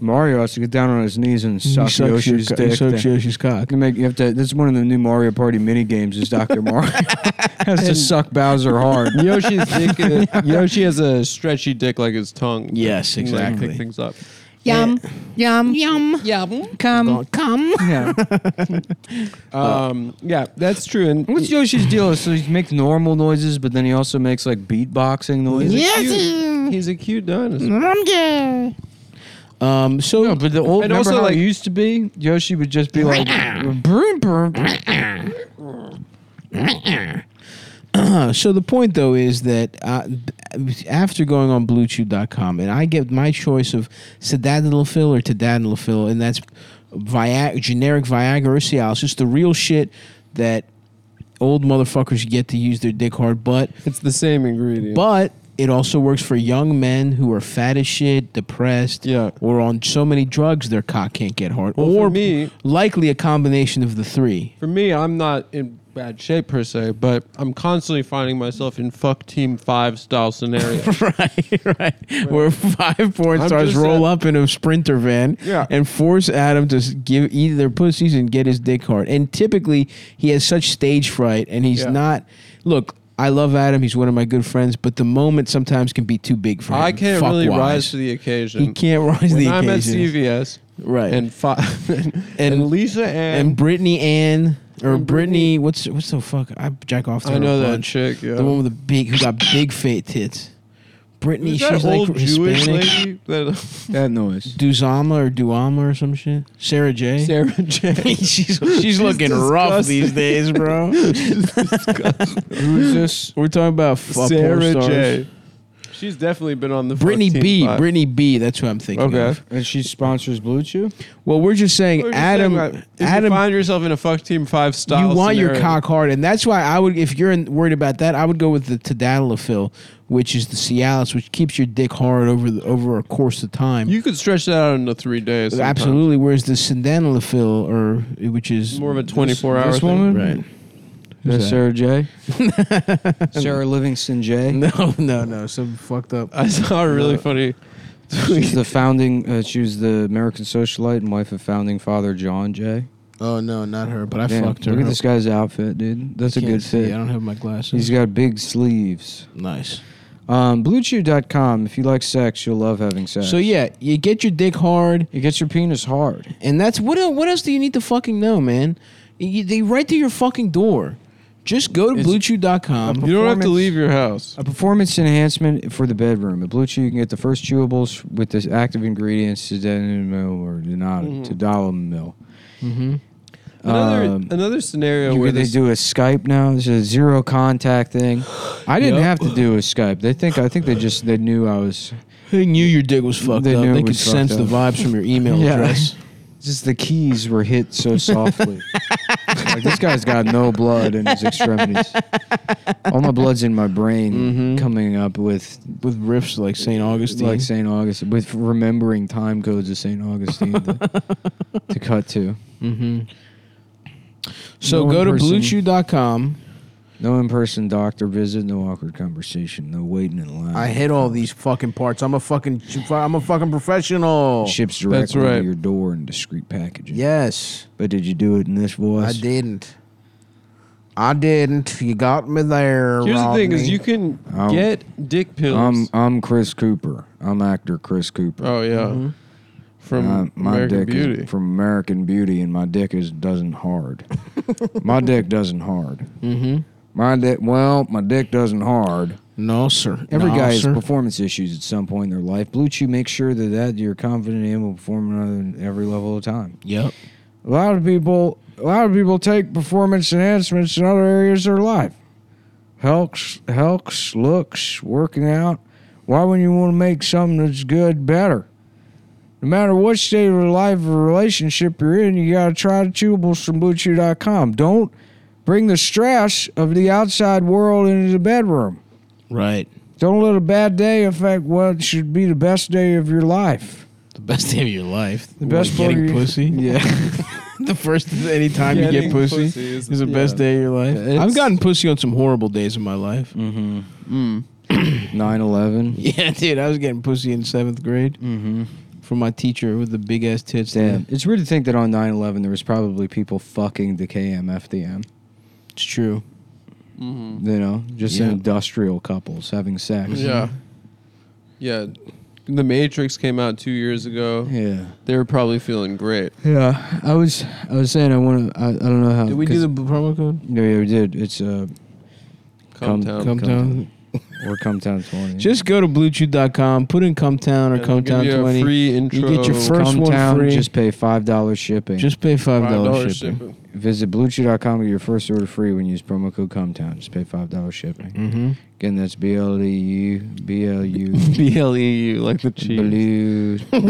[SPEAKER 1] Mario has to get down on his knees and
[SPEAKER 2] Mm-hmm.
[SPEAKER 1] suck
[SPEAKER 2] he sucks your
[SPEAKER 1] Yoshi's
[SPEAKER 2] co- he
[SPEAKER 1] dick.
[SPEAKER 2] sucks Yoshi's cock.
[SPEAKER 1] You, make, you have to. This is one of the new Mario Party mini games. Is Doctor Mario has to suck Bowser hard?
[SPEAKER 3] Yoshi's dick. Yoshi has a stretchy dick like his tongue.
[SPEAKER 2] Yes,
[SPEAKER 3] He can, like,
[SPEAKER 2] exactly.
[SPEAKER 3] pick things up.
[SPEAKER 4] yum, yum, yum, yum. Come, come.
[SPEAKER 1] Yeah.
[SPEAKER 3] Um, yeah, that's true. And
[SPEAKER 1] What's Yoshi's deal? So he makes normal noises, but then he also makes like beatboxing noises.
[SPEAKER 4] Yes,
[SPEAKER 3] he's a cute dinosaur.
[SPEAKER 4] I'm gay.
[SPEAKER 2] Um, so
[SPEAKER 1] No, but the old
[SPEAKER 3] And
[SPEAKER 1] remember
[SPEAKER 3] also,
[SPEAKER 1] how
[SPEAKER 3] like-
[SPEAKER 1] it used to be. Yoshi would just be like, "Brum, brum, brum."
[SPEAKER 2] Uh, so the point though is that uh, b- after going on bluechew.com and I get my choice of sildenafil or tadalafil and that's Viag- generic Viagra or Cialis, just the real shit that
[SPEAKER 4] old motherfuckers get to use their dick hard, but
[SPEAKER 3] It's the same ingredient.
[SPEAKER 4] but it also works for young men who are fat as shit, depressed,
[SPEAKER 3] Yeah.
[SPEAKER 4] or on so many drugs their cock can't get hard.
[SPEAKER 3] Well, for
[SPEAKER 4] or
[SPEAKER 3] me-
[SPEAKER 4] likely a combination of the three.
[SPEAKER 3] for me, I'm not in bad shape per se, but I'm constantly finding myself in fuck team five style scenarios.
[SPEAKER 4] right, right. Where five porn
[SPEAKER 3] I'm
[SPEAKER 4] stars
[SPEAKER 3] just
[SPEAKER 4] roll
[SPEAKER 3] saying-
[SPEAKER 4] up in a sprinter van
[SPEAKER 3] Yeah.
[SPEAKER 4] and force Adam to s- give either their pussies and get his dick hard. And typically, he has such stage fright, and he's
[SPEAKER 3] Yeah.
[SPEAKER 4] not. Look, I love Adam. He's one of my good friends, but the moment sometimes can be too big for him.
[SPEAKER 3] I can't
[SPEAKER 4] fuck
[SPEAKER 3] really
[SPEAKER 4] wise.
[SPEAKER 3] rise to the occasion.
[SPEAKER 4] He can't rise to
[SPEAKER 3] when
[SPEAKER 4] the
[SPEAKER 3] I'm
[SPEAKER 4] occasion.
[SPEAKER 3] at CVS,
[SPEAKER 4] right.
[SPEAKER 3] and five, and,
[SPEAKER 4] And-
[SPEAKER 3] Lisa
[SPEAKER 4] and
[SPEAKER 3] Ann.
[SPEAKER 4] Brittany Ann or
[SPEAKER 3] And
[SPEAKER 4] Brittany, what's what's the fuck? I jack off to
[SPEAKER 3] I
[SPEAKER 4] her
[SPEAKER 3] know
[SPEAKER 4] a
[SPEAKER 3] that
[SPEAKER 4] bunch.
[SPEAKER 3] chick. Yeah.
[SPEAKER 4] The one with the big who got big fat tits. Brittany,
[SPEAKER 3] Is
[SPEAKER 4] she's
[SPEAKER 3] that
[SPEAKER 4] like
[SPEAKER 3] old
[SPEAKER 4] Hispanic.
[SPEAKER 3] Jewish lady? That,
[SPEAKER 1] That noise.
[SPEAKER 4] Duzama or Duama or some shit. Sarah J.
[SPEAKER 3] Sarah J.
[SPEAKER 4] she's, she's looking rough
[SPEAKER 3] disgusting.
[SPEAKER 4] these days, bro.
[SPEAKER 1] Who's this?
[SPEAKER 4] We're talking about fuck
[SPEAKER 3] Sarah
[SPEAKER 4] porn stars.
[SPEAKER 3] J. She's definitely been on the
[SPEAKER 4] Brittany
[SPEAKER 3] fuck team
[SPEAKER 4] B.
[SPEAKER 3] five.
[SPEAKER 4] Brittany B. That's who I'm thinking
[SPEAKER 3] Okay.
[SPEAKER 4] of.
[SPEAKER 1] And she sponsors Blue Chew?
[SPEAKER 4] Well, we're just saying,
[SPEAKER 3] What were you
[SPEAKER 4] Adam.
[SPEAKER 3] saying about- if
[SPEAKER 4] Adam.
[SPEAKER 3] you find yourself in a fuck team five style.
[SPEAKER 4] you want your
[SPEAKER 3] scenario,
[SPEAKER 4] cock hard, and that's why I would. If you're in, worried about that, I would go with the tadalafil, which is the Cialis, which keeps your dick hard over the, over a course of time.
[SPEAKER 3] You could stretch that out into three days. sometimes.
[SPEAKER 4] Absolutely. Whereas the sildenafil, or which is Mm-hmm.
[SPEAKER 3] More of a 24 hour
[SPEAKER 1] this
[SPEAKER 3] thing.
[SPEAKER 1] woman?
[SPEAKER 4] right?
[SPEAKER 1] That's
[SPEAKER 4] that?
[SPEAKER 1] Sarah J. Sarah Livingston J.
[SPEAKER 4] No, no, no. Some fucked up.
[SPEAKER 3] I saw a
[SPEAKER 1] Uh,
[SPEAKER 3] really funny.
[SPEAKER 1] She's the founding. Uh, she was the American socialite and wife of founding father John J.
[SPEAKER 4] Oh no, not her. But I
[SPEAKER 1] Damn,
[SPEAKER 4] fucked her.
[SPEAKER 1] Look at
[SPEAKER 4] up.
[SPEAKER 1] this guy's outfit, dude. That's a
[SPEAKER 4] Can't
[SPEAKER 1] good
[SPEAKER 4] see.
[SPEAKER 1] fit.
[SPEAKER 4] I don't have my glasses.
[SPEAKER 1] He's got big sleeves.
[SPEAKER 4] nice.
[SPEAKER 1] Um, BlueChew.com. If you like sex, you'll love having sex.
[SPEAKER 4] So yeah, you get your dick hard,
[SPEAKER 1] it gets your penis hard.
[SPEAKER 4] and that's what. el- What else do you need to fucking know, man? You, they right to your fucking door. Just go to
[SPEAKER 1] It's-
[SPEAKER 4] bluechew.com.
[SPEAKER 3] You don't have to
[SPEAKER 1] Performance.
[SPEAKER 3] leave your house.
[SPEAKER 1] A performance enhancement for the bedroom. At Blue Chew, you can get the first chewables with the active ingredients, Tadalafil or Donata- Tadalafil.
[SPEAKER 4] Mm-hmm.
[SPEAKER 3] Another
[SPEAKER 1] Um,
[SPEAKER 3] another scenario
[SPEAKER 1] You
[SPEAKER 3] where
[SPEAKER 1] could- they
[SPEAKER 3] this,
[SPEAKER 1] do a Skype now. It's a zero contact thing. I didn't
[SPEAKER 4] Yep.
[SPEAKER 1] have to do a Skype. They think I think they just they knew I was
[SPEAKER 4] They knew your dick was fucked
[SPEAKER 1] They
[SPEAKER 4] up.
[SPEAKER 1] knew it
[SPEAKER 4] They could
[SPEAKER 1] was fucked
[SPEAKER 4] sense the
[SPEAKER 1] up.
[SPEAKER 4] vibes from your email
[SPEAKER 1] Yeah.
[SPEAKER 4] address.
[SPEAKER 1] just the keys were hit so softly. like this guy's got no blood in his extremities. All my blood's in my brain,
[SPEAKER 4] Mhm.
[SPEAKER 1] coming up with
[SPEAKER 4] With riffs like St. Augustine.
[SPEAKER 1] like St. Augustine, with remembering time codes of St. Augustine to, to cut to.
[SPEAKER 4] mm-hmm. So
[SPEAKER 1] No
[SPEAKER 4] go to
[SPEAKER 1] in-person.
[SPEAKER 4] bluechew.com.
[SPEAKER 1] No in-person doctor visit, no awkward conversation, no waiting in line.
[SPEAKER 4] I hit all these fucking parts. I'm a fucking I'm a fucking professional.
[SPEAKER 1] Ships
[SPEAKER 3] That's
[SPEAKER 1] directly
[SPEAKER 3] right.
[SPEAKER 1] to your door in discreet packaging.
[SPEAKER 4] Yes.
[SPEAKER 1] But did you do it in this voice?
[SPEAKER 4] I didn't. I didn't. You got me there.
[SPEAKER 3] here's the thing: is
[SPEAKER 4] Rodney.
[SPEAKER 3] you can
[SPEAKER 1] Um,
[SPEAKER 3] get dick pills.
[SPEAKER 1] I'm I'm Chris Cooper. I'm actor Chris Cooper.
[SPEAKER 3] oh yeah, from
[SPEAKER 1] mm-hmm. Uh, my
[SPEAKER 3] American
[SPEAKER 1] dick
[SPEAKER 3] Beauty.
[SPEAKER 1] Is, from American Beauty, and my dick is doesn't hard. my dick doesn't hard.
[SPEAKER 3] Mm-hmm.
[SPEAKER 4] Mhm.
[SPEAKER 1] My dick. Well, my dick doesn't hard.
[SPEAKER 4] No, sir.
[SPEAKER 1] Every
[SPEAKER 4] No,
[SPEAKER 1] guy has
[SPEAKER 4] sir.
[SPEAKER 1] performance issues at some point in their life. Blue Chew makes sure that, that you're confident in will perform on every level of time.
[SPEAKER 4] Yep.
[SPEAKER 1] A lot of people, a lot of people take performance enhancements in other areas of their life. Helps, helps, looks, working out. Why wouldn't you want to make something that's good better? No matter what state of life or relationship you're in, you gotta try the chewables from BlueChew.com. Don't bring the stress of the outside world into the bedroom.
[SPEAKER 4] Right.
[SPEAKER 1] Don't let a bad day affect what should be the best day of your life.
[SPEAKER 4] The best day of your life. The
[SPEAKER 1] best part of
[SPEAKER 4] getting
[SPEAKER 1] your-
[SPEAKER 4] pussy.
[SPEAKER 1] Yeah.
[SPEAKER 4] the first any time you get
[SPEAKER 3] Getting
[SPEAKER 4] pussy,
[SPEAKER 3] pussy
[SPEAKER 4] is,
[SPEAKER 3] is-
[SPEAKER 4] the
[SPEAKER 3] yeah.
[SPEAKER 4] best day of your life. Mm. I've gotten pussy on some horrible days in my life.
[SPEAKER 1] mm-hmm. 9 11.
[SPEAKER 4] Yeah, dude, I was getting pussy in seventh grade
[SPEAKER 1] Mm-hmm.
[SPEAKER 4] from my teacher with the big ass tits.
[SPEAKER 1] Damn. It's weird to think that on 9 11 there was probably people fucking the KMFDM.
[SPEAKER 4] it's true.
[SPEAKER 3] Mhm.
[SPEAKER 1] You know, just
[SPEAKER 4] Yeah.
[SPEAKER 1] industrial couples having sex.
[SPEAKER 3] Yeah, yeah. The Matrix came out two years ago.
[SPEAKER 1] Yeah.
[SPEAKER 3] They were probably feeling great.
[SPEAKER 1] Yeah. I was I was saying I want to, I, I don't know how.
[SPEAKER 4] Did we do
[SPEAKER 1] 'cause-
[SPEAKER 4] the b- promo code?
[SPEAKER 1] No, yeah, we did. It's uh, Come-
[SPEAKER 3] Come,
[SPEAKER 1] come-
[SPEAKER 3] town.
[SPEAKER 4] Come Town.
[SPEAKER 1] Cumtown. or Come Town 20.
[SPEAKER 4] Just go to bluechew.com, put in Come Town or
[SPEAKER 3] And they'll
[SPEAKER 4] Come
[SPEAKER 3] give
[SPEAKER 4] Town
[SPEAKER 3] you a
[SPEAKER 4] 20.
[SPEAKER 3] free intro.
[SPEAKER 4] get your first-
[SPEAKER 1] Come
[SPEAKER 4] one
[SPEAKER 1] Town,
[SPEAKER 4] free.
[SPEAKER 1] just pay $5 shipping.
[SPEAKER 4] Just pay $5,
[SPEAKER 3] $5
[SPEAKER 4] shipping.
[SPEAKER 3] shipping.
[SPEAKER 1] Visit BlueChew.com to get your first order free when you use promo code COMETOWN. Just pay $5 shipping.
[SPEAKER 4] Mm-hmm.
[SPEAKER 1] Again, that's B L E U B L U
[SPEAKER 3] B L E U like the cheese.
[SPEAKER 1] Blue.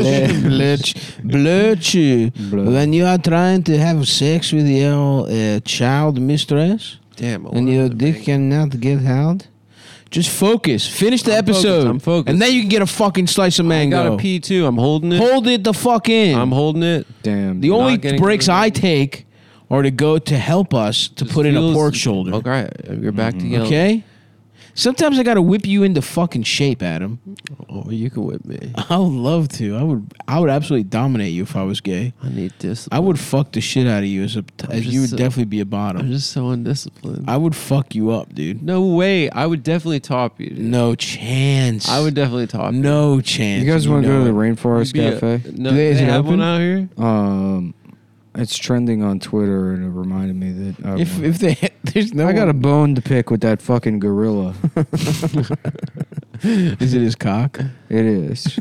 [SPEAKER 4] Blurch.
[SPEAKER 1] Blue.
[SPEAKER 4] When you are trying to have sex with your uh, child mistress,
[SPEAKER 3] Damn. I
[SPEAKER 1] and
[SPEAKER 3] wanted
[SPEAKER 1] your
[SPEAKER 3] to
[SPEAKER 1] dick
[SPEAKER 3] bang-
[SPEAKER 1] cannot get out.
[SPEAKER 2] Just focus. Finish the
[SPEAKER 3] I'm
[SPEAKER 2] episode.
[SPEAKER 3] focused, I'm focused.
[SPEAKER 2] And then you can get a fucking slice of
[SPEAKER 3] I
[SPEAKER 2] mango.
[SPEAKER 3] got a pee too. I'm holding it.
[SPEAKER 2] Hold it the fuck in.
[SPEAKER 3] I'm holding it.
[SPEAKER 1] Damn.
[SPEAKER 2] the
[SPEAKER 3] not
[SPEAKER 2] only
[SPEAKER 3] getting
[SPEAKER 2] breaks
[SPEAKER 3] through.
[SPEAKER 2] I take are to go to help us to
[SPEAKER 3] Just
[SPEAKER 2] put in a
[SPEAKER 3] feels-
[SPEAKER 2] pork shoulder. Okay.
[SPEAKER 3] Okay, you're back to yelling.
[SPEAKER 2] Sometimes I gotta whip you into fucking shape, Adam.
[SPEAKER 3] Oh, you can whip me.
[SPEAKER 2] I would love to. I would. I would absolutely dominate you if I was gay.
[SPEAKER 3] I need this.
[SPEAKER 2] I would fuck the shit out of you as a.
[SPEAKER 3] I'm
[SPEAKER 2] As
[SPEAKER 3] just
[SPEAKER 2] you would
[SPEAKER 3] so-
[SPEAKER 2] definitely be a
[SPEAKER 3] I'm
[SPEAKER 2] bottom.
[SPEAKER 3] just so undisciplined.
[SPEAKER 2] I would fuck you up, dude.
[SPEAKER 3] no way. I would definitely top you. dude.
[SPEAKER 2] No chance.
[SPEAKER 3] I would definitely top you.
[SPEAKER 2] No chance.
[SPEAKER 1] You guys want to go to the
[SPEAKER 2] know it.
[SPEAKER 1] Rainforest
[SPEAKER 3] You'd be a-
[SPEAKER 1] Cafe?
[SPEAKER 3] no,
[SPEAKER 2] Do they-
[SPEAKER 3] they,
[SPEAKER 2] is it
[SPEAKER 3] have
[SPEAKER 2] open?
[SPEAKER 3] one out here.
[SPEAKER 1] um, it's trending on Twitter, and it reminded me that I,
[SPEAKER 2] If if they there's no.
[SPEAKER 1] I got a
[SPEAKER 2] one-
[SPEAKER 1] bone to pick with that fucking gorilla.
[SPEAKER 2] Is it his cock?
[SPEAKER 1] it is.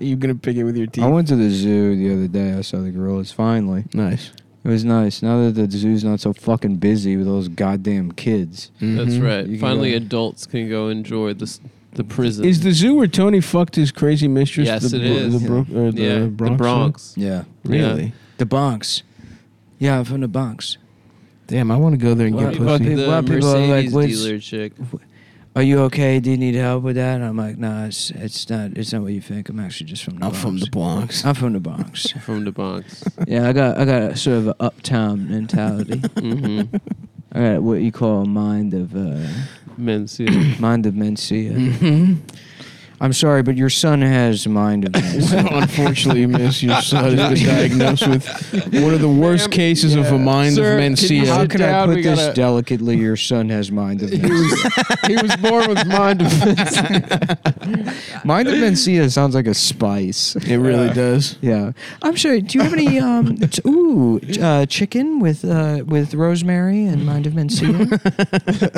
[SPEAKER 2] you gonna pick it with your teeth?
[SPEAKER 1] I went to the zoo the other day. I saw the gorillas. Finally,
[SPEAKER 2] nice.
[SPEAKER 1] it was nice. Now that the zoo's not so fucking busy with those goddamn kids.
[SPEAKER 3] That's
[SPEAKER 2] Mhm.
[SPEAKER 1] You can
[SPEAKER 3] right. Finally,
[SPEAKER 1] go-
[SPEAKER 3] adults can go enjoy this the prison.
[SPEAKER 2] Is the zoo where Tony fucked his crazy mistress?
[SPEAKER 3] Yes,
[SPEAKER 2] the,
[SPEAKER 3] it is.
[SPEAKER 2] The, Brook- or the
[SPEAKER 3] yeah,
[SPEAKER 2] Bronx.
[SPEAKER 3] the Bronx.
[SPEAKER 1] Yeah,
[SPEAKER 2] zoo? Really?
[SPEAKER 1] the Bronx. Yeah, I'm from the Bronx.
[SPEAKER 2] Damn, I want to go there and
[SPEAKER 1] Why
[SPEAKER 2] get
[SPEAKER 1] do you fuck
[SPEAKER 2] pussy.
[SPEAKER 1] people-
[SPEAKER 3] The
[SPEAKER 1] why people are like,
[SPEAKER 3] Mercedes
[SPEAKER 1] "What's-
[SPEAKER 3] dealer chick.
[SPEAKER 1] Are you okay? Do you need help with that? And I'm like, nah, it's it's not it's not what you think. I'm actually just from the
[SPEAKER 2] I'm
[SPEAKER 1] Bronx.
[SPEAKER 2] from the Bronx.
[SPEAKER 1] I'm from the Bronx.
[SPEAKER 3] from the Bronx.
[SPEAKER 1] yeah, I got I got a sort of an uptown mentality.
[SPEAKER 3] hmm
[SPEAKER 2] Mm-hmm.
[SPEAKER 1] I got what you call a mind of uh,
[SPEAKER 3] Mencia.
[SPEAKER 1] mind of Mencia.
[SPEAKER 2] Mm-hmm.
[SPEAKER 1] I'm sorry, but your son has mind of Mencia.
[SPEAKER 2] Well, unfortunately, miss, your son has been diagnosed with one of the worst cases of a mind
[SPEAKER 3] Sir,
[SPEAKER 2] of
[SPEAKER 3] can you
[SPEAKER 1] How
[SPEAKER 2] Mencia.
[SPEAKER 3] sit
[SPEAKER 1] can I
[SPEAKER 3] down,
[SPEAKER 1] put
[SPEAKER 3] we
[SPEAKER 1] this
[SPEAKER 3] gotta-
[SPEAKER 1] delicately? Your son has mind of
[SPEAKER 3] he,
[SPEAKER 1] Mencia.
[SPEAKER 3] was, he was born with mind defense.
[SPEAKER 1] mind of Mencia sounds like a spice.
[SPEAKER 2] It really does.
[SPEAKER 1] Yeah, I'm sure. Do you have any? Um, t- ooh, uh, chicken with uh, with rosemary and mind of Mencia.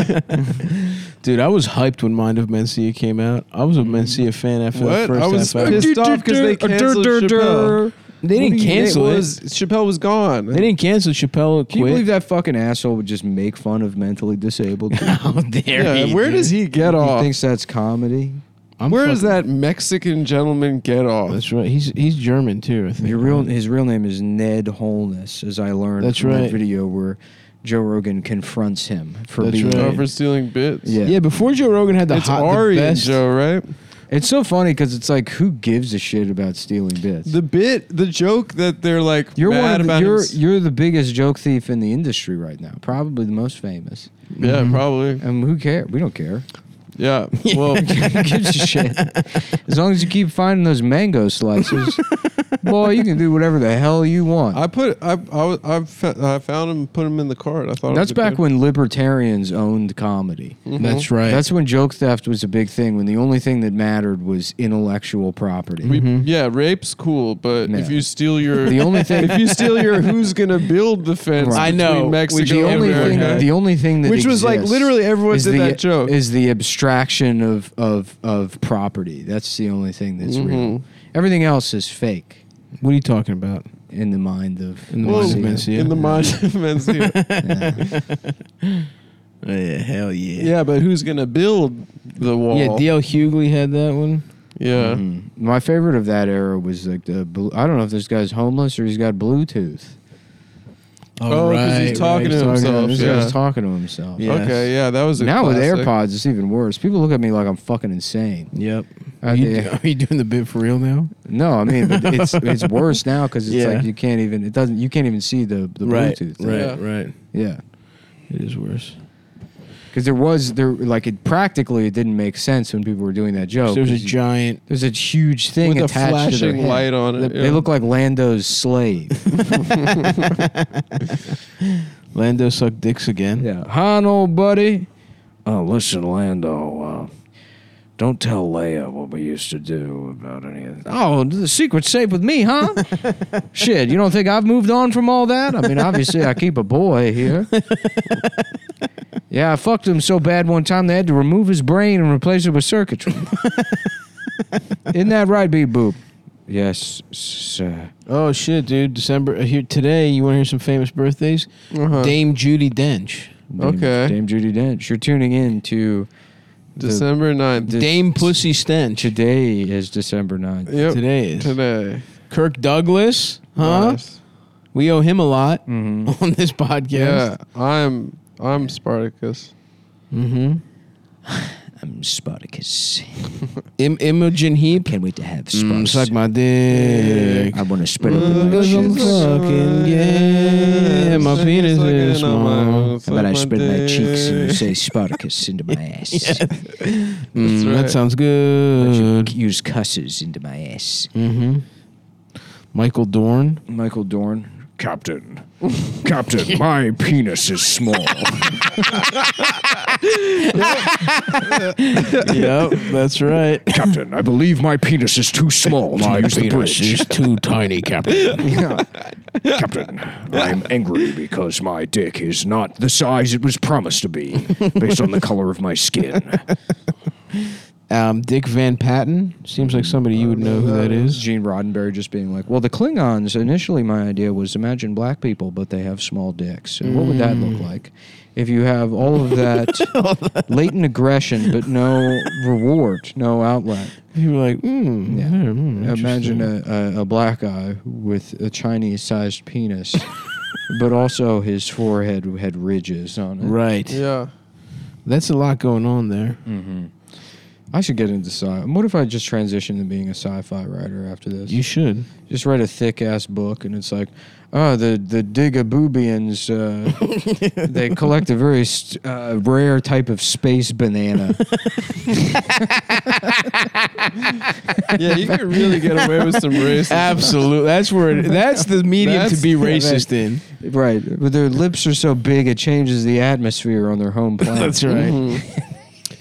[SPEAKER 2] Dude, I was hyped when Mind of Mencia came out. I was a Mencia fan after the
[SPEAKER 3] What?
[SPEAKER 2] first
[SPEAKER 3] I was
[SPEAKER 2] half hour.
[SPEAKER 3] pissed off because they canceled Chappelle.
[SPEAKER 2] They didn't cancel
[SPEAKER 3] it.
[SPEAKER 2] it.
[SPEAKER 3] Was, Chappelle was gone.
[SPEAKER 2] They didn't cancel Chappelle.
[SPEAKER 1] Can you believe
[SPEAKER 2] Quit.
[SPEAKER 1] that fucking asshole would just make fun of mentally disabled? people?
[SPEAKER 2] How dare
[SPEAKER 3] Yeah,
[SPEAKER 2] he?
[SPEAKER 3] where does he get
[SPEAKER 1] he
[SPEAKER 3] off?
[SPEAKER 1] thinks that's comedy.
[SPEAKER 2] I'm
[SPEAKER 3] where does
[SPEAKER 2] fucking-
[SPEAKER 3] that Mexican gentleman get off?
[SPEAKER 2] That's right. He's he's German too. I think.
[SPEAKER 1] Your real
[SPEAKER 2] right?
[SPEAKER 1] his real name is Ned Holness, as I learned
[SPEAKER 2] Um, That's
[SPEAKER 1] from
[SPEAKER 2] right.
[SPEAKER 1] that video where Joe Rogan confronts him for
[SPEAKER 2] That's
[SPEAKER 1] being.
[SPEAKER 2] right.
[SPEAKER 3] Oh, for stealing bits.
[SPEAKER 1] Yeah.
[SPEAKER 2] Yeah, before Joe Rogan had the
[SPEAKER 3] It's
[SPEAKER 2] hot,
[SPEAKER 3] Ari
[SPEAKER 2] the
[SPEAKER 3] and
[SPEAKER 2] best.
[SPEAKER 3] Joe, right?
[SPEAKER 1] It's so funny because it's like, who gives a shit about stealing bits?
[SPEAKER 3] The bit, the joke that they're like
[SPEAKER 1] you're one
[SPEAKER 3] mad
[SPEAKER 1] of the,
[SPEAKER 3] about.
[SPEAKER 1] you're
[SPEAKER 3] his-
[SPEAKER 1] you're the biggest joke thief in the industry right now, probably the most famous.
[SPEAKER 3] yeah,
[SPEAKER 1] Mm-hmm.
[SPEAKER 3] probably.
[SPEAKER 1] And who care? We don't care.
[SPEAKER 3] Yeah. Well,
[SPEAKER 1] Who gives a shit? As long as you keep finding those mango slices, boy, you can do whatever the hell you want.
[SPEAKER 3] I put I I, was- I, fa- I found him, put him in the cart. I thought
[SPEAKER 1] That's back when libertarians owned comedy.
[SPEAKER 2] That's right.
[SPEAKER 1] That's when joke theft was a big thing. When the only thing that mattered was intellectual property.
[SPEAKER 3] We, Yeah, rape's cool, but
[SPEAKER 1] No.
[SPEAKER 3] if you steal your
[SPEAKER 1] Mm-hmm. the only thing,
[SPEAKER 3] if you steal your who's gonna build the fence?
[SPEAKER 2] I know,
[SPEAKER 3] between Mexico
[SPEAKER 2] which
[SPEAKER 1] the
[SPEAKER 3] and
[SPEAKER 1] only thing,
[SPEAKER 3] America?
[SPEAKER 1] the only thing that
[SPEAKER 3] which was like
[SPEAKER 1] exists
[SPEAKER 3] literally everyone
[SPEAKER 1] is
[SPEAKER 3] did
[SPEAKER 1] the-
[SPEAKER 3] that joke.
[SPEAKER 1] is the abstraction of of of property. That's the only thing that's real.
[SPEAKER 3] Mhm.
[SPEAKER 1] Everything else is fake
[SPEAKER 2] what are you talking about?
[SPEAKER 1] in the mind of
[SPEAKER 2] In the
[SPEAKER 3] Well,
[SPEAKER 2] mind of
[SPEAKER 1] Yeah.
[SPEAKER 2] Mencia.
[SPEAKER 3] in the mind of Mencia.
[SPEAKER 1] Yeah.
[SPEAKER 2] yeah, hell yeah.
[SPEAKER 3] Yeah, but who's gonna build the wall?
[SPEAKER 2] Yeah, DL Hughley had that one.
[SPEAKER 3] Yeah.
[SPEAKER 1] Mhm. My favorite of that era was like the blue, I don't know if this guy's homeless or he's got Bluetooth.
[SPEAKER 3] Oh, 'cause he's talking to himself,
[SPEAKER 1] This
[SPEAKER 3] yeah.
[SPEAKER 1] guy's talking to himself.
[SPEAKER 2] Yeah. Yes.
[SPEAKER 3] Okay, yeah, that was a
[SPEAKER 1] Now with
[SPEAKER 3] classic.
[SPEAKER 1] AirPods, it's even worse. People look at me like I'm fucking insane.
[SPEAKER 2] Yep.
[SPEAKER 1] Are
[SPEAKER 2] Are you,
[SPEAKER 1] they-
[SPEAKER 2] are you doing the bit for real now?
[SPEAKER 1] No, I mean, but it's it's worse now because it's
[SPEAKER 2] Yeah.
[SPEAKER 1] like you can't even it doesn't you can't even see the the Bluetooth. thing.
[SPEAKER 2] right,
[SPEAKER 3] Yeah.
[SPEAKER 2] right.
[SPEAKER 1] Yeah,
[SPEAKER 2] It is worse.
[SPEAKER 1] because there was there like it practically it didn't make sense when people were doing that joke.
[SPEAKER 2] There's a
[SPEAKER 1] 'cause you-
[SPEAKER 2] giant.
[SPEAKER 1] there's a huge thing
[SPEAKER 3] with a
[SPEAKER 1] attached to their
[SPEAKER 3] flashing
[SPEAKER 1] head.
[SPEAKER 3] light on it.
[SPEAKER 1] They
[SPEAKER 3] yeah.
[SPEAKER 1] look like Lando's slave.
[SPEAKER 2] Lando sucked dicks again.
[SPEAKER 1] Yeah. Hi, old buddy. Oh, listen, Lando. Uh, don't tell Leia what we used to do about any of that. Oh, the secret's safe with me, huh? Shit, you don't think I've moved on from all that? I mean, obviously, I keep a boy here. yeah, I fucked him so bad one time they had to remove his brain and replace it with circuitry. Isn't that right, B Boop? Yes, sir.
[SPEAKER 2] Oh shit, dude! December uh, here today. You want to hear some famous birthdays?
[SPEAKER 3] Uh-huh.
[SPEAKER 2] Dame Judy Dench.
[SPEAKER 1] Dame-
[SPEAKER 3] Okay.
[SPEAKER 1] Dame Judy Dench. You're tuning in to the-
[SPEAKER 3] December 9th.
[SPEAKER 1] This-
[SPEAKER 2] Dame Pussy Stench.
[SPEAKER 1] Today is December 9th.
[SPEAKER 3] Yep. Today.
[SPEAKER 2] Today is Kirk Douglas. Huh?
[SPEAKER 3] Nice.
[SPEAKER 2] We owe him a lot
[SPEAKER 1] Mm-hmm.
[SPEAKER 2] on this podcast.
[SPEAKER 3] Yeah, I'm I'm Spartacus.
[SPEAKER 2] Mm-hmm.
[SPEAKER 1] I'm Spartacus.
[SPEAKER 2] Im- Imogen Heap.
[SPEAKER 1] Can't wait to have
[SPEAKER 2] Mm,
[SPEAKER 1] Spartacus.
[SPEAKER 2] suck my dick.
[SPEAKER 1] I want to spread it with my
[SPEAKER 2] Cause Mm, I'm
[SPEAKER 1] cheeks.
[SPEAKER 2] fucking gay. My penis is small.
[SPEAKER 1] How about I spread my cheeks and say Spartacus into my ass?
[SPEAKER 2] Mm,
[SPEAKER 3] right.
[SPEAKER 2] That sounds
[SPEAKER 1] Why
[SPEAKER 2] good.
[SPEAKER 1] don't you use cusses into my ass.
[SPEAKER 2] Mm-hmm. Michael Dorn.
[SPEAKER 1] Michael Dorn.
[SPEAKER 4] Captain. Captain, my penis is small.
[SPEAKER 2] yep, that's right.
[SPEAKER 4] Captain, I believe my penis is too small to use the bridge.
[SPEAKER 2] too tiny, Captain.
[SPEAKER 4] Captain, I'm angry because my dick is not the size it was promised to be based on the color of my skin.
[SPEAKER 2] um, Dick Van Patten. Seems like somebody you would know who
[SPEAKER 1] Oh.
[SPEAKER 2] that is.
[SPEAKER 1] Gene Roddenberry just being like, well, the Klingons, initially my idea was imagine black people, but they have small dicks. And what would that look like? If you have Mm. all of that latent aggression, but no reward, no outlet.
[SPEAKER 2] You were like, mm,
[SPEAKER 1] Yeah.
[SPEAKER 2] yeah. mm,
[SPEAKER 1] Imagine
[SPEAKER 2] interesting.
[SPEAKER 1] a, a, a black guy with a Chinese sized penis, but also his forehead had ridges on it.
[SPEAKER 2] Right.
[SPEAKER 3] Yeah.
[SPEAKER 2] That's a lot going on there.
[SPEAKER 1] hmm I should get into sci. What if I just transition to being a sci-fi writer after this?
[SPEAKER 2] You should.
[SPEAKER 1] just write a thick ass book, and it's like, oh, the the Digaboobians, uh, they collect a very st- uh, rare type of space banana.
[SPEAKER 3] Yeah, you could really get away with some racism.
[SPEAKER 2] Absolutely. That's where. It, that's the medium
[SPEAKER 1] That's-
[SPEAKER 2] to be
[SPEAKER 1] yeah,
[SPEAKER 2] racist in.
[SPEAKER 1] right, but their lips are so big it changes the atmosphere on their home planet. Mm-hmm.
[SPEAKER 2] That's right.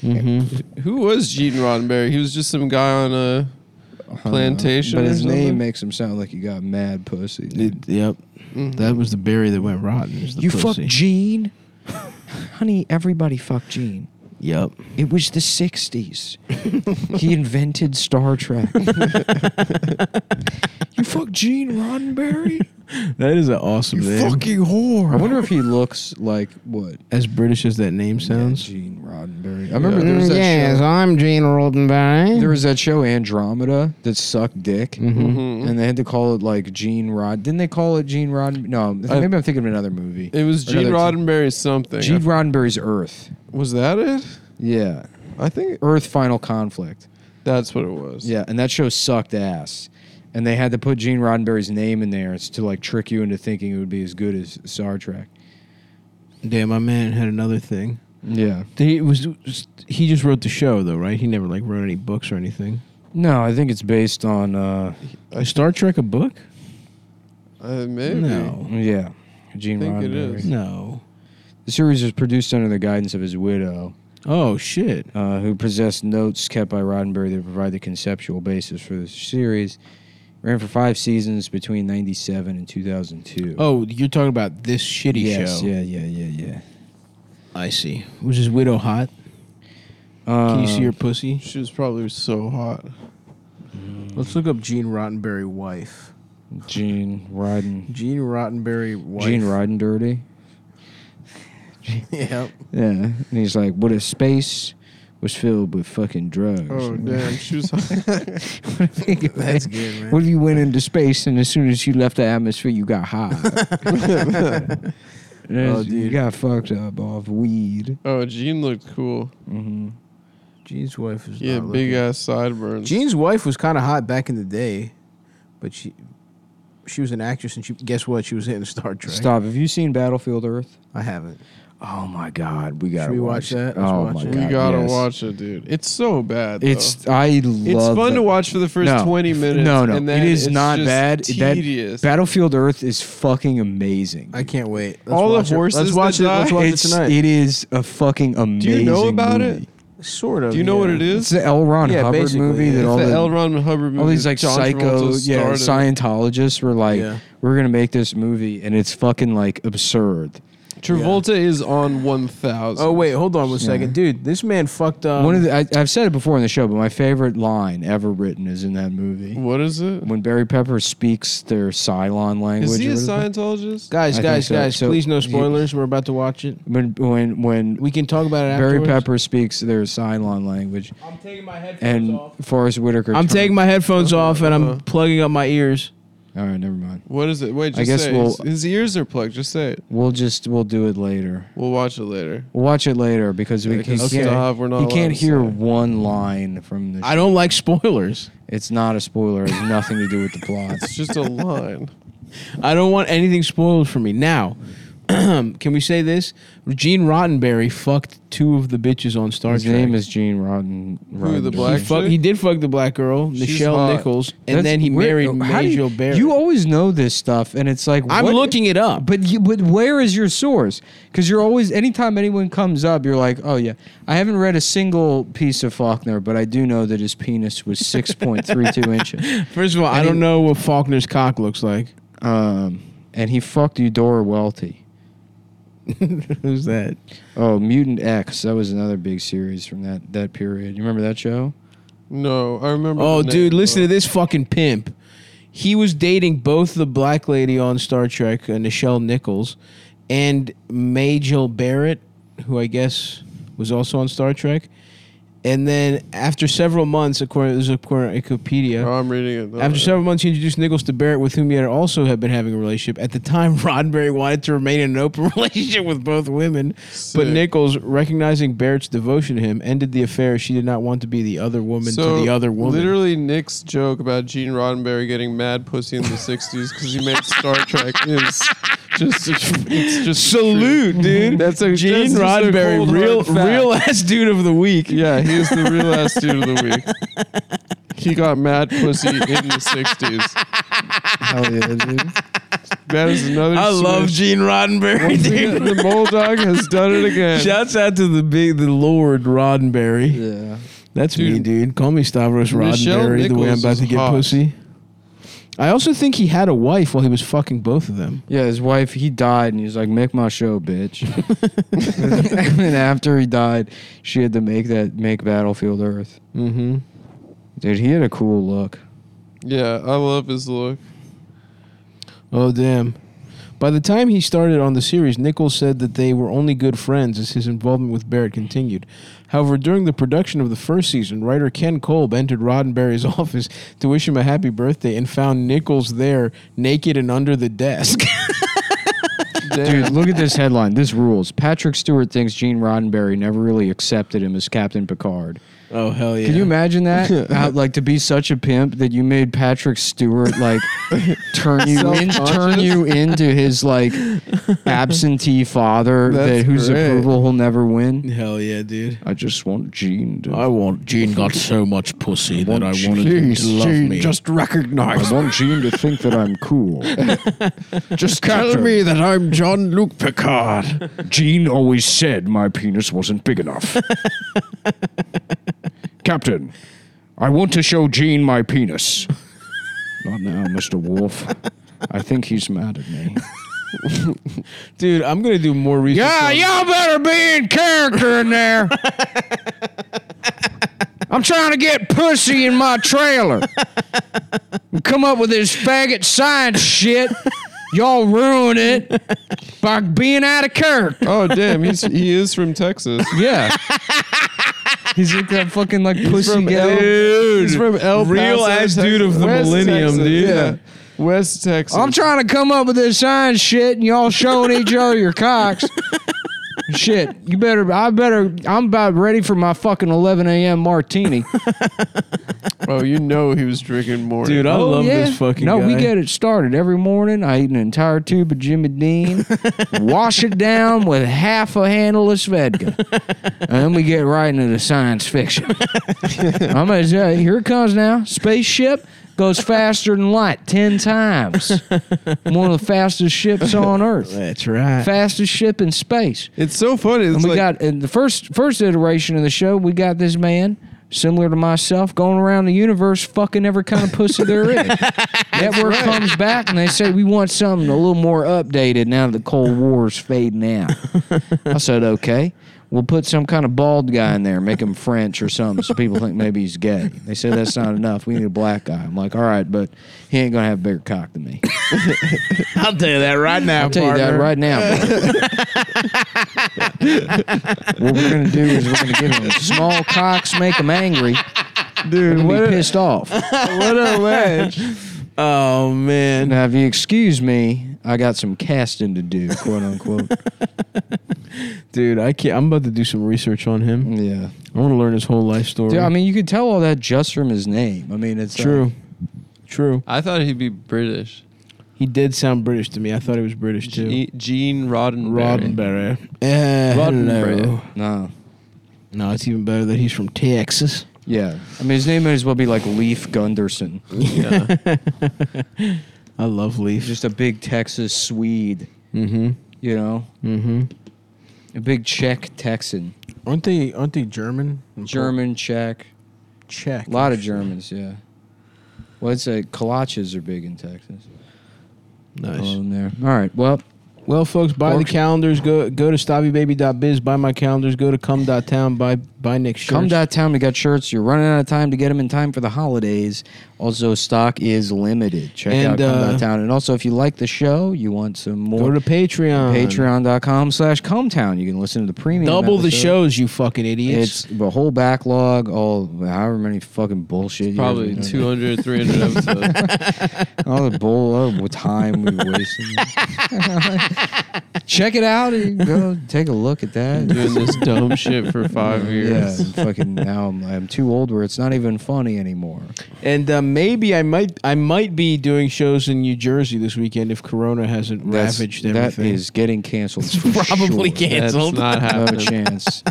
[SPEAKER 3] Mm-hmm. Who was Gene Roddenberry? He was just some guy on a. Plantation
[SPEAKER 1] Uh-huh. But
[SPEAKER 3] or
[SPEAKER 1] his name
[SPEAKER 3] something?
[SPEAKER 1] makes him sound like he got mad pussy.
[SPEAKER 2] It- yep. That was the berry that went rotten. is the
[SPEAKER 1] Mm. you
[SPEAKER 2] pussy.
[SPEAKER 1] fucked Gene, honey. Everybody fucked Gene.
[SPEAKER 2] Yep.
[SPEAKER 1] It was the 60s. he invented Star Trek. you fuck Gene Roddenberry?
[SPEAKER 2] That is an awesome name.
[SPEAKER 1] whore. I wonder if he looks like what?
[SPEAKER 2] As British as that name sounds.
[SPEAKER 1] Gene Roddenberry. I remember there was that show.
[SPEAKER 2] Mm, I'm Gene Roddenberry.
[SPEAKER 1] There was that show Andromeda that sucked dick,
[SPEAKER 3] Mm-hmm.
[SPEAKER 1] and they had to call it like Gene Rod. Didn't they call it Gene Rod? No, maybe
[SPEAKER 3] I-
[SPEAKER 1] I'm thinking of another movie.
[SPEAKER 3] It was
[SPEAKER 1] Or
[SPEAKER 3] Gene
[SPEAKER 1] another-
[SPEAKER 3] Roddenberry something.
[SPEAKER 1] Gene Roddenberry's Earth.
[SPEAKER 3] was that it?
[SPEAKER 1] Yeah,
[SPEAKER 3] I think
[SPEAKER 1] Earth Final Conflict.
[SPEAKER 3] that's what it was.
[SPEAKER 1] Yeah, and that show sucked ass. And they had to put Gene Roddenberry's name in there to like trick you into thinking it would be as good as Star Trek.
[SPEAKER 2] Damn, my man had another thing.
[SPEAKER 1] Yeah.
[SPEAKER 2] He was he just wrote the show though, right? He never like wrote any books or anything.
[SPEAKER 1] No, I think it's based on uh
[SPEAKER 2] Is Star Trek a book?
[SPEAKER 3] Uh, maybe.
[SPEAKER 2] No.
[SPEAKER 1] yeah, Gene
[SPEAKER 3] I think it
[SPEAKER 1] Roddenberry.
[SPEAKER 3] is.
[SPEAKER 2] No.
[SPEAKER 1] The series was produced under the guidance of his widow,
[SPEAKER 2] Oh shit.
[SPEAKER 1] uh, who possessed notes kept by Roddenberry that provide the conceptual basis for the series. Ran for 5 seasons between 97 and 2002.
[SPEAKER 2] Oh, you're talking about this shitty
[SPEAKER 1] yes,
[SPEAKER 2] show.
[SPEAKER 1] yeah, yeah, yeah, yeah.
[SPEAKER 2] I see. Was his widow hot?
[SPEAKER 1] Um,
[SPEAKER 2] Can you see her pussy?
[SPEAKER 3] She was probably so hot.
[SPEAKER 2] Let's look up Gene Roddenberry wife.
[SPEAKER 1] Um, Gene Rodden
[SPEAKER 2] Gene Roddenberry wife.
[SPEAKER 1] Gene Rodden Dirty.
[SPEAKER 2] Yep.
[SPEAKER 1] Yeah, and he's like, "What if space was filled with fucking drugs?
[SPEAKER 3] Oh damn, she was hot.
[SPEAKER 2] That's good, man.
[SPEAKER 1] What if you went into space and as soon as you left the atmosphere, you got high?
[SPEAKER 2] Oh,
[SPEAKER 1] you
[SPEAKER 2] dude.
[SPEAKER 1] got fucked up off weed.
[SPEAKER 3] Oh, Gene looked cool.
[SPEAKER 1] Mm-hmm.
[SPEAKER 2] Gene's wife is
[SPEAKER 3] Yeah,
[SPEAKER 2] not
[SPEAKER 3] big
[SPEAKER 2] looking-
[SPEAKER 3] ass sideburns.
[SPEAKER 2] Gene's wife was kind of hot back in the day, but she she was an actress, and she guess what? She was in Star Trek.
[SPEAKER 1] Stop. Have you seen Battlefield Earth?
[SPEAKER 2] I haven't.
[SPEAKER 1] Oh my God, we
[SPEAKER 2] Should we watch that? Let's
[SPEAKER 1] Oh
[SPEAKER 2] watch
[SPEAKER 1] my
[SPEAKER 2] it.
[SPEAKER 1] God,
[SPEAKER 3] we gotta
[SPEAKER 1] yes.
[SPEAKER 3] watch it, dude. It's so bad.
[SPEAKER 1] It's
[SPEAKER 3] though.
[SPEAKER 1] I
[SPEAKER 3] it's
[SPEAKER 1] love.
[SPEAKER 3] fun
[SPEAKER 1] that-
[SPEAKER 3] to watch for the first
[SPEAKER 1] No.
[SPEAKER 3] twenty minutes.
[SPEAKER 1] No, no,
[SPEAKER 3] and then
[SPEAKER 1] it is
[SPEAKER 3] it's
[SPEAKER 1] not
[SPEAKER 3] just
[SPEAKER 1] bad. That-
[SPEAKER 3] Tedious.
[SPEAKER 1] Battlefield Earth is fucking amazing.
[SPEAKER 2] I can't wait. Let's
[SPEAKER 3] All the
[SPEAKER 2] watch it.
[SPEAKER 3] horses
[SPEAKER 2] Let's watch
[SPEAKER 3] that
[SPEAKER 2] it. Let's
[SPEAKER 3] die?
[SPEAKER 2] watch it
[SPEAKER 1] it's
[SPEAKER 2] tonight.
[SPEAKER 1] it is a fucking amazing.
[SPEAKER 3] Do you know about
[SPEAKER 1] movie.
[SPEAKER 3] it?
[SPEAKER 2] sort of.
[SPEAKER 3] Do you know what
[SPEAKER 2] yeah.
[SPEAKER 3] it
[SPEAKER 1] It's
[SPEAKER 3] is?
[SPEAKER 1] the L. Ron
[SPEAKER 2] Yeah,
[SPEAKER 1] Hubbard
[SPEAKER 2] basically,
[SPEAKER 1] movie
[SPEAKER 2] yeah.
[SPEAKER 1] that
[SPEAKER 2] It's
[SPEAKER 1] all
[SPEAKER 3] All the
[SPEAKER 1] the
[SPEAKER 3] L. Ron Hubbard movie.
[SPEAKER 1] all these like psycho yeah Scientologists were like,
[SPEAKER 2] Yeah.
[SPEAKER 1] we're gonna make this movie and it's fucking like absurd.
[SPEAKER 3] Travolta is on one thousand.
[SPEAKER 2] Oh wait, hold on one second, dude. This man fucked up.
[SPEAKER 1] One of the I, I've said it before in the show, but my favorite line ever written is in that movie
[SPEAKER 3] what is it?
[SPEAKER 1] when Barry Pepper speaks their Cylon language.
[SPEAKER 3] Is he
[SPEAKER 1] or
[SPEAKER 3] a
[SPEAKER 1] whatever.
[SPEAKER 3] Scientologist?
[SPEAKER 2] guys,
[SPEAKER 1] I think
[SPEAKER 2] guys,
[SPEAKER 1] so.
[SPEAKER 2] guys.
[SPEAKER 1] So-
[SPEAKER 2] please no spoilers. We're about to watch it.
[SPEAKER 1] When when when
[SPEAKER 2] We can talk about it.
[SPEAKER 1] Barry
[SPEAKER 2] afterwards.
[SPEAKER 1] Pepper speaks their Cylon language
[SPEAKER 2] I'm taking my headphones
[SPEAKER 1] and Forrest Whitaker.
[SPEAKER 2] I'm
[SPEAKER 1] turns-
[SPEAKER 2] Uh-huh. taking my headphones off and I'm plugging up my ears.
[SPEAKER 1] All right, never mind.
[SPEAKER 3] What is it? Wait, just
[SPEAKER 1] I guess
[SPEAKER 3] say it.
[SPEAKER 1] we'll-
[SPEAKER 3] His- his ears are plugged. Just say it.
[SPEAKER 1] We'll just we'll do it later.
[SPEAKER 3] We'll watch it later.
[SPEAKER 1] We'll watch it later because we
[SPEAKER 3] Yeah,
[SPEAKER 1] he
[SPEAKER 3] 'cause
[SPEAKER 1] can't.
[SPEAKER 3] stuff we're not
[SPEAKER 1] he
[SPEAKER 3] allowed
[SPEAKER 1] can't
[SPEAKER 3] to
[SPEAKER 1] hear
[SPEAKER 3] say.
[SPEAKER 1] one line from the.
[SPEAKER 2] I don't like spoilers.
[SPEAKER 1] It's not a spoiler. It has nothing to do with the plot.
[SPEAKER 3] It's just a line.
[SPEAKER 2] I don't want anything spoiled for me. Now, can we say this? Gene Roddenberry fucked two of the bitches on Star
[SPEAKER 1] His
[SPEAKER 2] Trek.
[SPEAKER 1] name is Gene Rodden.
[SPEAKER 3] Who, the
[SPEAKER 1] Roddenberry.
[SPEAKER 2] He,
[SPEAKER 3] black-
[SPEAKER 2] fuck,
[SPEAKER 3] Actually?
[SPEAKER 2] he did fuck the black girl,
[SPEAKER 3] She's
[SPEAKER 2] Michelle
[SPEAKER 3] hot.
[SPEAKER 2] Nichols, and
[SPEAKER 1] That's
[SPEAKER 2] then he
[SPEAKER 1] weird.
[SPEAKER 2] married
[SPEAKER 1] How do you-
[SPEAKER 2] Major Barry.
[SPEAKER 1] You always know this stuff, and it's like
[SPEAKER 2] I'm
[SPEAKER 1] what-
[SPEAKER 2] looking it up.
[SPEAKER 1] But you, but where is your source? Because you're always anytime anyone comes up, you're like, oh yeah, I haven't read a single piece of Faulkner, but I do know that his penis was six point three two inches,
[SPEAKER 2] First of all, I
[SPEAKER 1] And
[SPEAKER 2] don't
[SPEAKER 1] it-
[SPEAKER 2] know what Faulkner's cock looks like.
[SPEAKER 1] um, and he fucked Eudora Welty.
[SPEAKER 2] Who's that?
[SPEAKER 1] Oh, Mutant X, that was another big series from that that period. You remember that show?
[SPEAKER 3] No, I remember.
[SPEAKER 2] Oh,
[SPEAKER 3] the name,
[SPEAKER 2] dude, listen
[SPEAKER 3] though.
[SPEAKER 2] to this fucking pimp. He was dating both the black lady on Star Trek, uh, Nichelle Nichols, and Majel Barrett, who I guess was also on Star Trek. And then after several months, according this is according to Wikipedia,
[SPEAKER 3] Oh, I'm reading it. now.
[SPEAKER 2] After several months, he introduced Nichols to Barrett, with whom he had also had been having a relationship. At the time, Roddenberry wanted to remain in an open relationship with both women,
[SPEAKER 3] Sick.
[SPEAKER 2] but Nichols, recognizing Barrett's devotion to him, ended the affair. as She did not want to be the other woman to the other woman.
[SPEAKER 3] Literally, Nick's joke about Gene Roddenberry getting mad pussy in the '60s because he made Star Trek is just it's just
[SPEAKER 2] Salute, dude.
[SPEAKER 3] That's a-
[SPEAKER 2] Gene
[SPEAKER 3] that's just a
[SPEAKER 2] Roddenberry,
[SPEAKER 3] cold,
[SPEAKER 2] real,
[SPEAKER 3] hard fact.
[SPEAKER 2] real ass dude of the week.
[SPEAKER 3] Yeah, he was the real ass dude of the week. He got mad pussy in the '60s.
[SPEAKER 1] Hell yeah, dude.
[SPEAKER 3] That is another.
[SPEAKER 2] I
[SPEAKER 3] switch.
[SPEAKER 2] love Gene Roddenberry, dude.
[SPEAKER 3] the mole dog has done it again.
[SPEAKER 2] Shouts out to the big, the Lord Roddenberry.
[SPEAKER 1] Yeah.
[SPEAKER 2] That's me,
[SPEAKER 3] Dude.
[SPEAKER 2] dude. Call me Stavros
[SPEAKER 3] Michelle
[SPEAKER 2] Roddenberry the way I'm
[SPEAKER 3] Nichols
[SPEAKER 2] about to
[SPEAKER 3] is
[SPEAKER 2] get
[SPEAKER 3] hot.
[SPEAKER 2] pussy. I also think he had a wife while he was fucking both of them.
[SPEAKER 1] Yeah, his wife, he died, and he was like, "Make my show, bitch." and after he died, she had to make that make Battlefield Earth.
[SPEAKER 2] Mm-hmm.
[SPEAKER 1] Dude, he had a cool look.
[SPEAKER 3] yeah, I love his look.
[SPEAKER 2] Oh damn. By the time he started on the series, Nichols said that they were only good friends as his involvement with Barrett continued. However, during the production of the first season, writer Ken Kolb entered Roddenberry's office to wish him a happy birthday and found Nichols there, naked and under the desk.
[SPEAKER 1] Dude, look at this headline. This rules. Patrick Stewart thinks Gene Roddenberry never really accepted him as Captain Picard.
[SPEAKER 2] oh hell yeah!
[SPEAKER 1] Can you imagine that? How, like to be such a pimp that you made Patrick Stewart like turn you in, turn you into his like absentee father that
[SPEAKER 3] That's
[SPEAKER 1] whose
[SPEAKER 3] great.
[SPEAKER 1] approval he'll never win.
[SPEAKER 2] Hell yeah, dude.
[SPEAKER 1] I just want Gene to.
[SPEAKER 2] want Gene got so much pussy that I
[SPEAKER 1] Gene- Gene, Just recognize. I want Gene to think that I'm cool. just tell me that I'm John Luke Picard. Gene always said my penis wasn't big enough. Captain, I want to show Gene my penis. Not now, Mr. Wolf. I think he's mad at me.
[SPEAKER 2] Dude, I'm gonna do more research.
[SPEAKER 1] Yeah,
[SPEAKER 2] on-
[SPEAKER 1] y'all better be in character in there. I'm trying to get pussy in my trailer. Come up with this faggot science shit. Y'all ruin it by being out of character.
[SPEAKER 3] Oh damn, he's he is from Texas.
[SPEAKER 1] Yeah. He's like that fucking like pussy
[SPEAKER 3] from
[SPEAKER 1] ghetto.
[SPEAKER 2] Dude,
[SPEAKER 3] He's from El
[SPEAKER 2] real
[SPEAKER 3] Paso,
[SPEAKER 2] ass
[SPEAKER 3] Texas.
[SPEAKER 2] dude of the
[SPEAKER 3] West
[SPEAKER 2] millennium,
[SPEAKER 3] Texas,
[SPEAKER 2] dude.
[SPEAKER 3] Yeah. West Texas.
[SPEAKER 1] I'm trying to come up with this science shit, and y'all showing each other your cocks. shit, you better. I better. I'm about ready for my fucking 11 a.m. martini.
[SPEAKER 3] Oh, you know he was drinking more.
[SPEAKER 2] Dude, I
[SPEAKER 1] Oh,
[SPEAKER 2] love
[SPEAKER 1] yeah.
[SPEAKER 2] this fucking
[SPEAKER 1] No,
[SPEAKER 2] guy.
[SPEAKER 1] we get it started every morning. I eat an entire tube of Jimmy Dean, wash it down with half a handle of Svedka, and then we get right into the science fiction. I'm gonna tell you, here it comes now. Spaceship goes faster than light ten times. One of the fastest ships on Earth.
[SPEAKER 2] That's right.
[SPEAKER 1] Fastest ship in space.
[SPEAKER 3] it's so funny. It's
[SPEAKER 2] Oh
[SPEAKER 1] And we
[SPEAKER 3] like
[SPEAKER 1] got in the first first iteration of the show, we got this man similar to myself going around the universe fucking every kind of pussy there is. Network comes back and they say we want something a little more updated now that the Cold War's fading out. I said, Okay. We'll put some kind of bald guy in there, make him French or something, so people think maybe he's gay. They say that's not enough. We need a black guy. I'm like, all right, but he ain't gonna have a bigger cock than me.
[SPEAKER 2] I'll tell you that right now,
[SPEAKER 1] I'll tell you that right now. bro. what we're gonna do is we're gonna give him small cocks, make him angry,
[SPEAKER 3] dude,
[SPEAKER 1] and be
[SPEAKER 3] what a,
[SPEAKER 1] pissed off.
[SPEAKER 3] what a wedge.
[SPEAKER 2] Oh man.
[SPEAKER 1] Now, if you excuse me, I got some casting to do, quote unquote.
[SPEAKER 2] Dude, I can't I'm about to do some research on him.
[SPEAKER 1] yeah.
[SPEAKER 2] I want to learn his whole life story.
[SPEAKER 1] Dude, I mean, you could tell all that just from his name. I mean, it's uh,
[SPEAKER 2] true.
[SPEAKER 1] like-
[SPEAKER 2] True.
[SPEAKER 3] I thought he'd be British.
[SPEAKER 2] He did sound British to me. I thought he was British too.
[SPEAKER 3] G- Gene Roddenberry.
[SPEAKER 2] Roddenberry. Eh,
[SPEAKER 3] Roddenberry.
[SPEAKER 2] hello.
[SPEAKER 1] no.
[SPEAKER 2] No, it's even better that he's from Texas.
[SPEAKER 1] Yeah. I mean, his name might as well be like Leaf Gunderson.
[SPEAKER 3] Yeah.
[SPEAKER 2] I love Leaf.
[SPEAKER 1] He's just a big Texas Swede,
[SPEAKER 2] mm-hmm.
[SPEAKER 1] you know?
[SPEAKER 2] Mm-hmm.
[SPEAKER 1] A big Czech Texan.
[SPEAKER 2] Aren't they? Aren't they German?
[SPEAKER 1] German, Czech.
[SPEAKER 2] Czech.
[SPEAKER 1] A lot of Germans, yeah. Well, it's like kolaches are big in Texas.
[SPEAKER 2] Nice.
[SPEAKER 1] All in there. All right. Well,
[SPEAKER 2] Well, folks, buy
[SPEAKER 1] Works.
[SPEAKER 2] the calendars. Go go to stabbybaby.biz. Buy my calendars. Go to cum.town. Buy buy Nick's shirts.
[SPEAKER 1] Come dot town. We got shirts. You're running out of time to get them in time for the holidays. Also, stock is limited. Check out
[SPEAKER 2] And,
[SPEAKER 1] come
[SPEAKER 2] uh,
[SPEAKER 1] dot town. And also, if you like the show, you want some
[SPEAKER 2] Go
[SPEAKER 1] more.
[SPEAKER 2] to Patreon.
[SPEAKER 1] Patreon.com slash cometown. You can listen to the premium.
[SPEAKER 2] Double the
[SPEAKER 1] episode.
[SPEAKER 2] shows, you fucking idiots.
[SPEAKER 1] It's the whole backlog, all however many fucking bullshit. years
[SPEAKER 3] Probably
[SPEAKER 1] we've done
[SPEAKER 3] 200, 300 episodes.
[SPEAKER 1] it. All Oh, the bull, all the time we wasted. Check it out. And go take a look at that.
[SPEAKER 3] doing this dumb shit for five
[SPEAKER 1] Yeah,
[SPEAKER 3] years.
[SPEAKER 1] and fucking now I'm, I'm too old where it's not even funny anymore.
[SPEAKER 2] and uh, maybe I might I might be doing shows in New Jersey this weekend if Corona hasn't
[SPEAKER 1] That's-
[SPEAKER 2] ravaged
[SPEAKER 1] that
[SPEAKER 2] everything.
[SPEAKER 1] is getting canceled. for
[SPEAKER 2] probably
[SPEAKER 1] sure.
[SPEAKER 3] That's
[SPEAKER 2] canceled.
[SPEAKER 3] not
[SPEAKER 1] No
[SPEAKER 3] happening.
[SPEAKER 1] chance.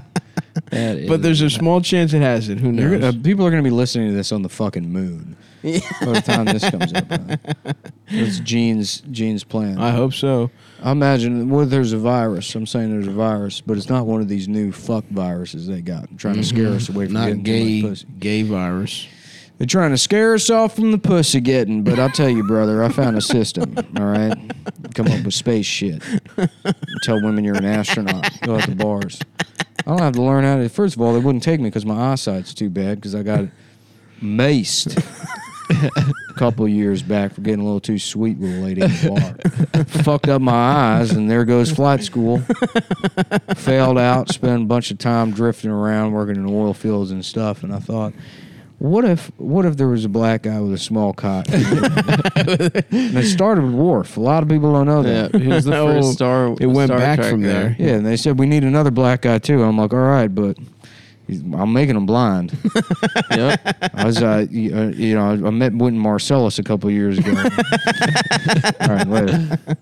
[SPEAKER 1] That
[SPEAKER 2] But
[SPEAKER 1] is-
[SPEAKER 2] there's a small chance it hasn't. Who
[SPEAKER 1] You're
[SPEAKER 2] knows?
[SPEAKER 1] gonna- uh, people are going to be listening to this on the fucking moon by the time this comes up. huh? That's Gene's Gene's plan.
[SPEAKER 2] I
[SPEAKER 1] I,
[SPEAKER 2] hope so.
[SPEAKER 1] imagine well, there's a virus. I'm saying there's a virus, but it's not one of these new fuck viruses they got trying to scare us away from
[SPEAKER 2] Mm-hmm. Not
[SPEAKER 1] getting too much pussy.
[SPEAKER 2] gay gay virus.
[SPEAKER 1] They're trying to scare us off from the pussy getting, but I'll tell you, brother, I found a system. All right, come up with space shit. Tell women you're an astronaut. Go out to bars. I don't have to learn how to. First of all, they wouldn't take me because my eyesight's too bad because I got maced a couple years back for getting a little too sweet with a lady in the bar. Fucked up my eyes, and there goes flight school. Failed out. Spent a bunch of time drifting around, working in oil fields and stuff. And I thought. What if what if there was a black guy with a small cock? and it started with Worf. A lot of people don't know
[SPEAKER 3] Yeah,
[SPEAKER 1] that.
[SPEAKER 3] he was the
[SPEAKER 2] Oh,
[SPEAKER 3] first star.
[SPEAKER 2] it went
[SPEAKER 3] Star
[SPEAKER 2] back
[SPEAKER 3] Trek
[SPEAKER 2] from
[SPEAKER 3] guy.
[SPEAKER 2] there.
[SPEAKER 1] Yeah, and they said we need another black guy too. I'm like, all right, but he's, I'm making him blind.
[SPEAKER 3] Yep.
[SPEAKER 1] I was, uh, you uh, you know, I met Wynton Marcellus a couple years ago. all right, later.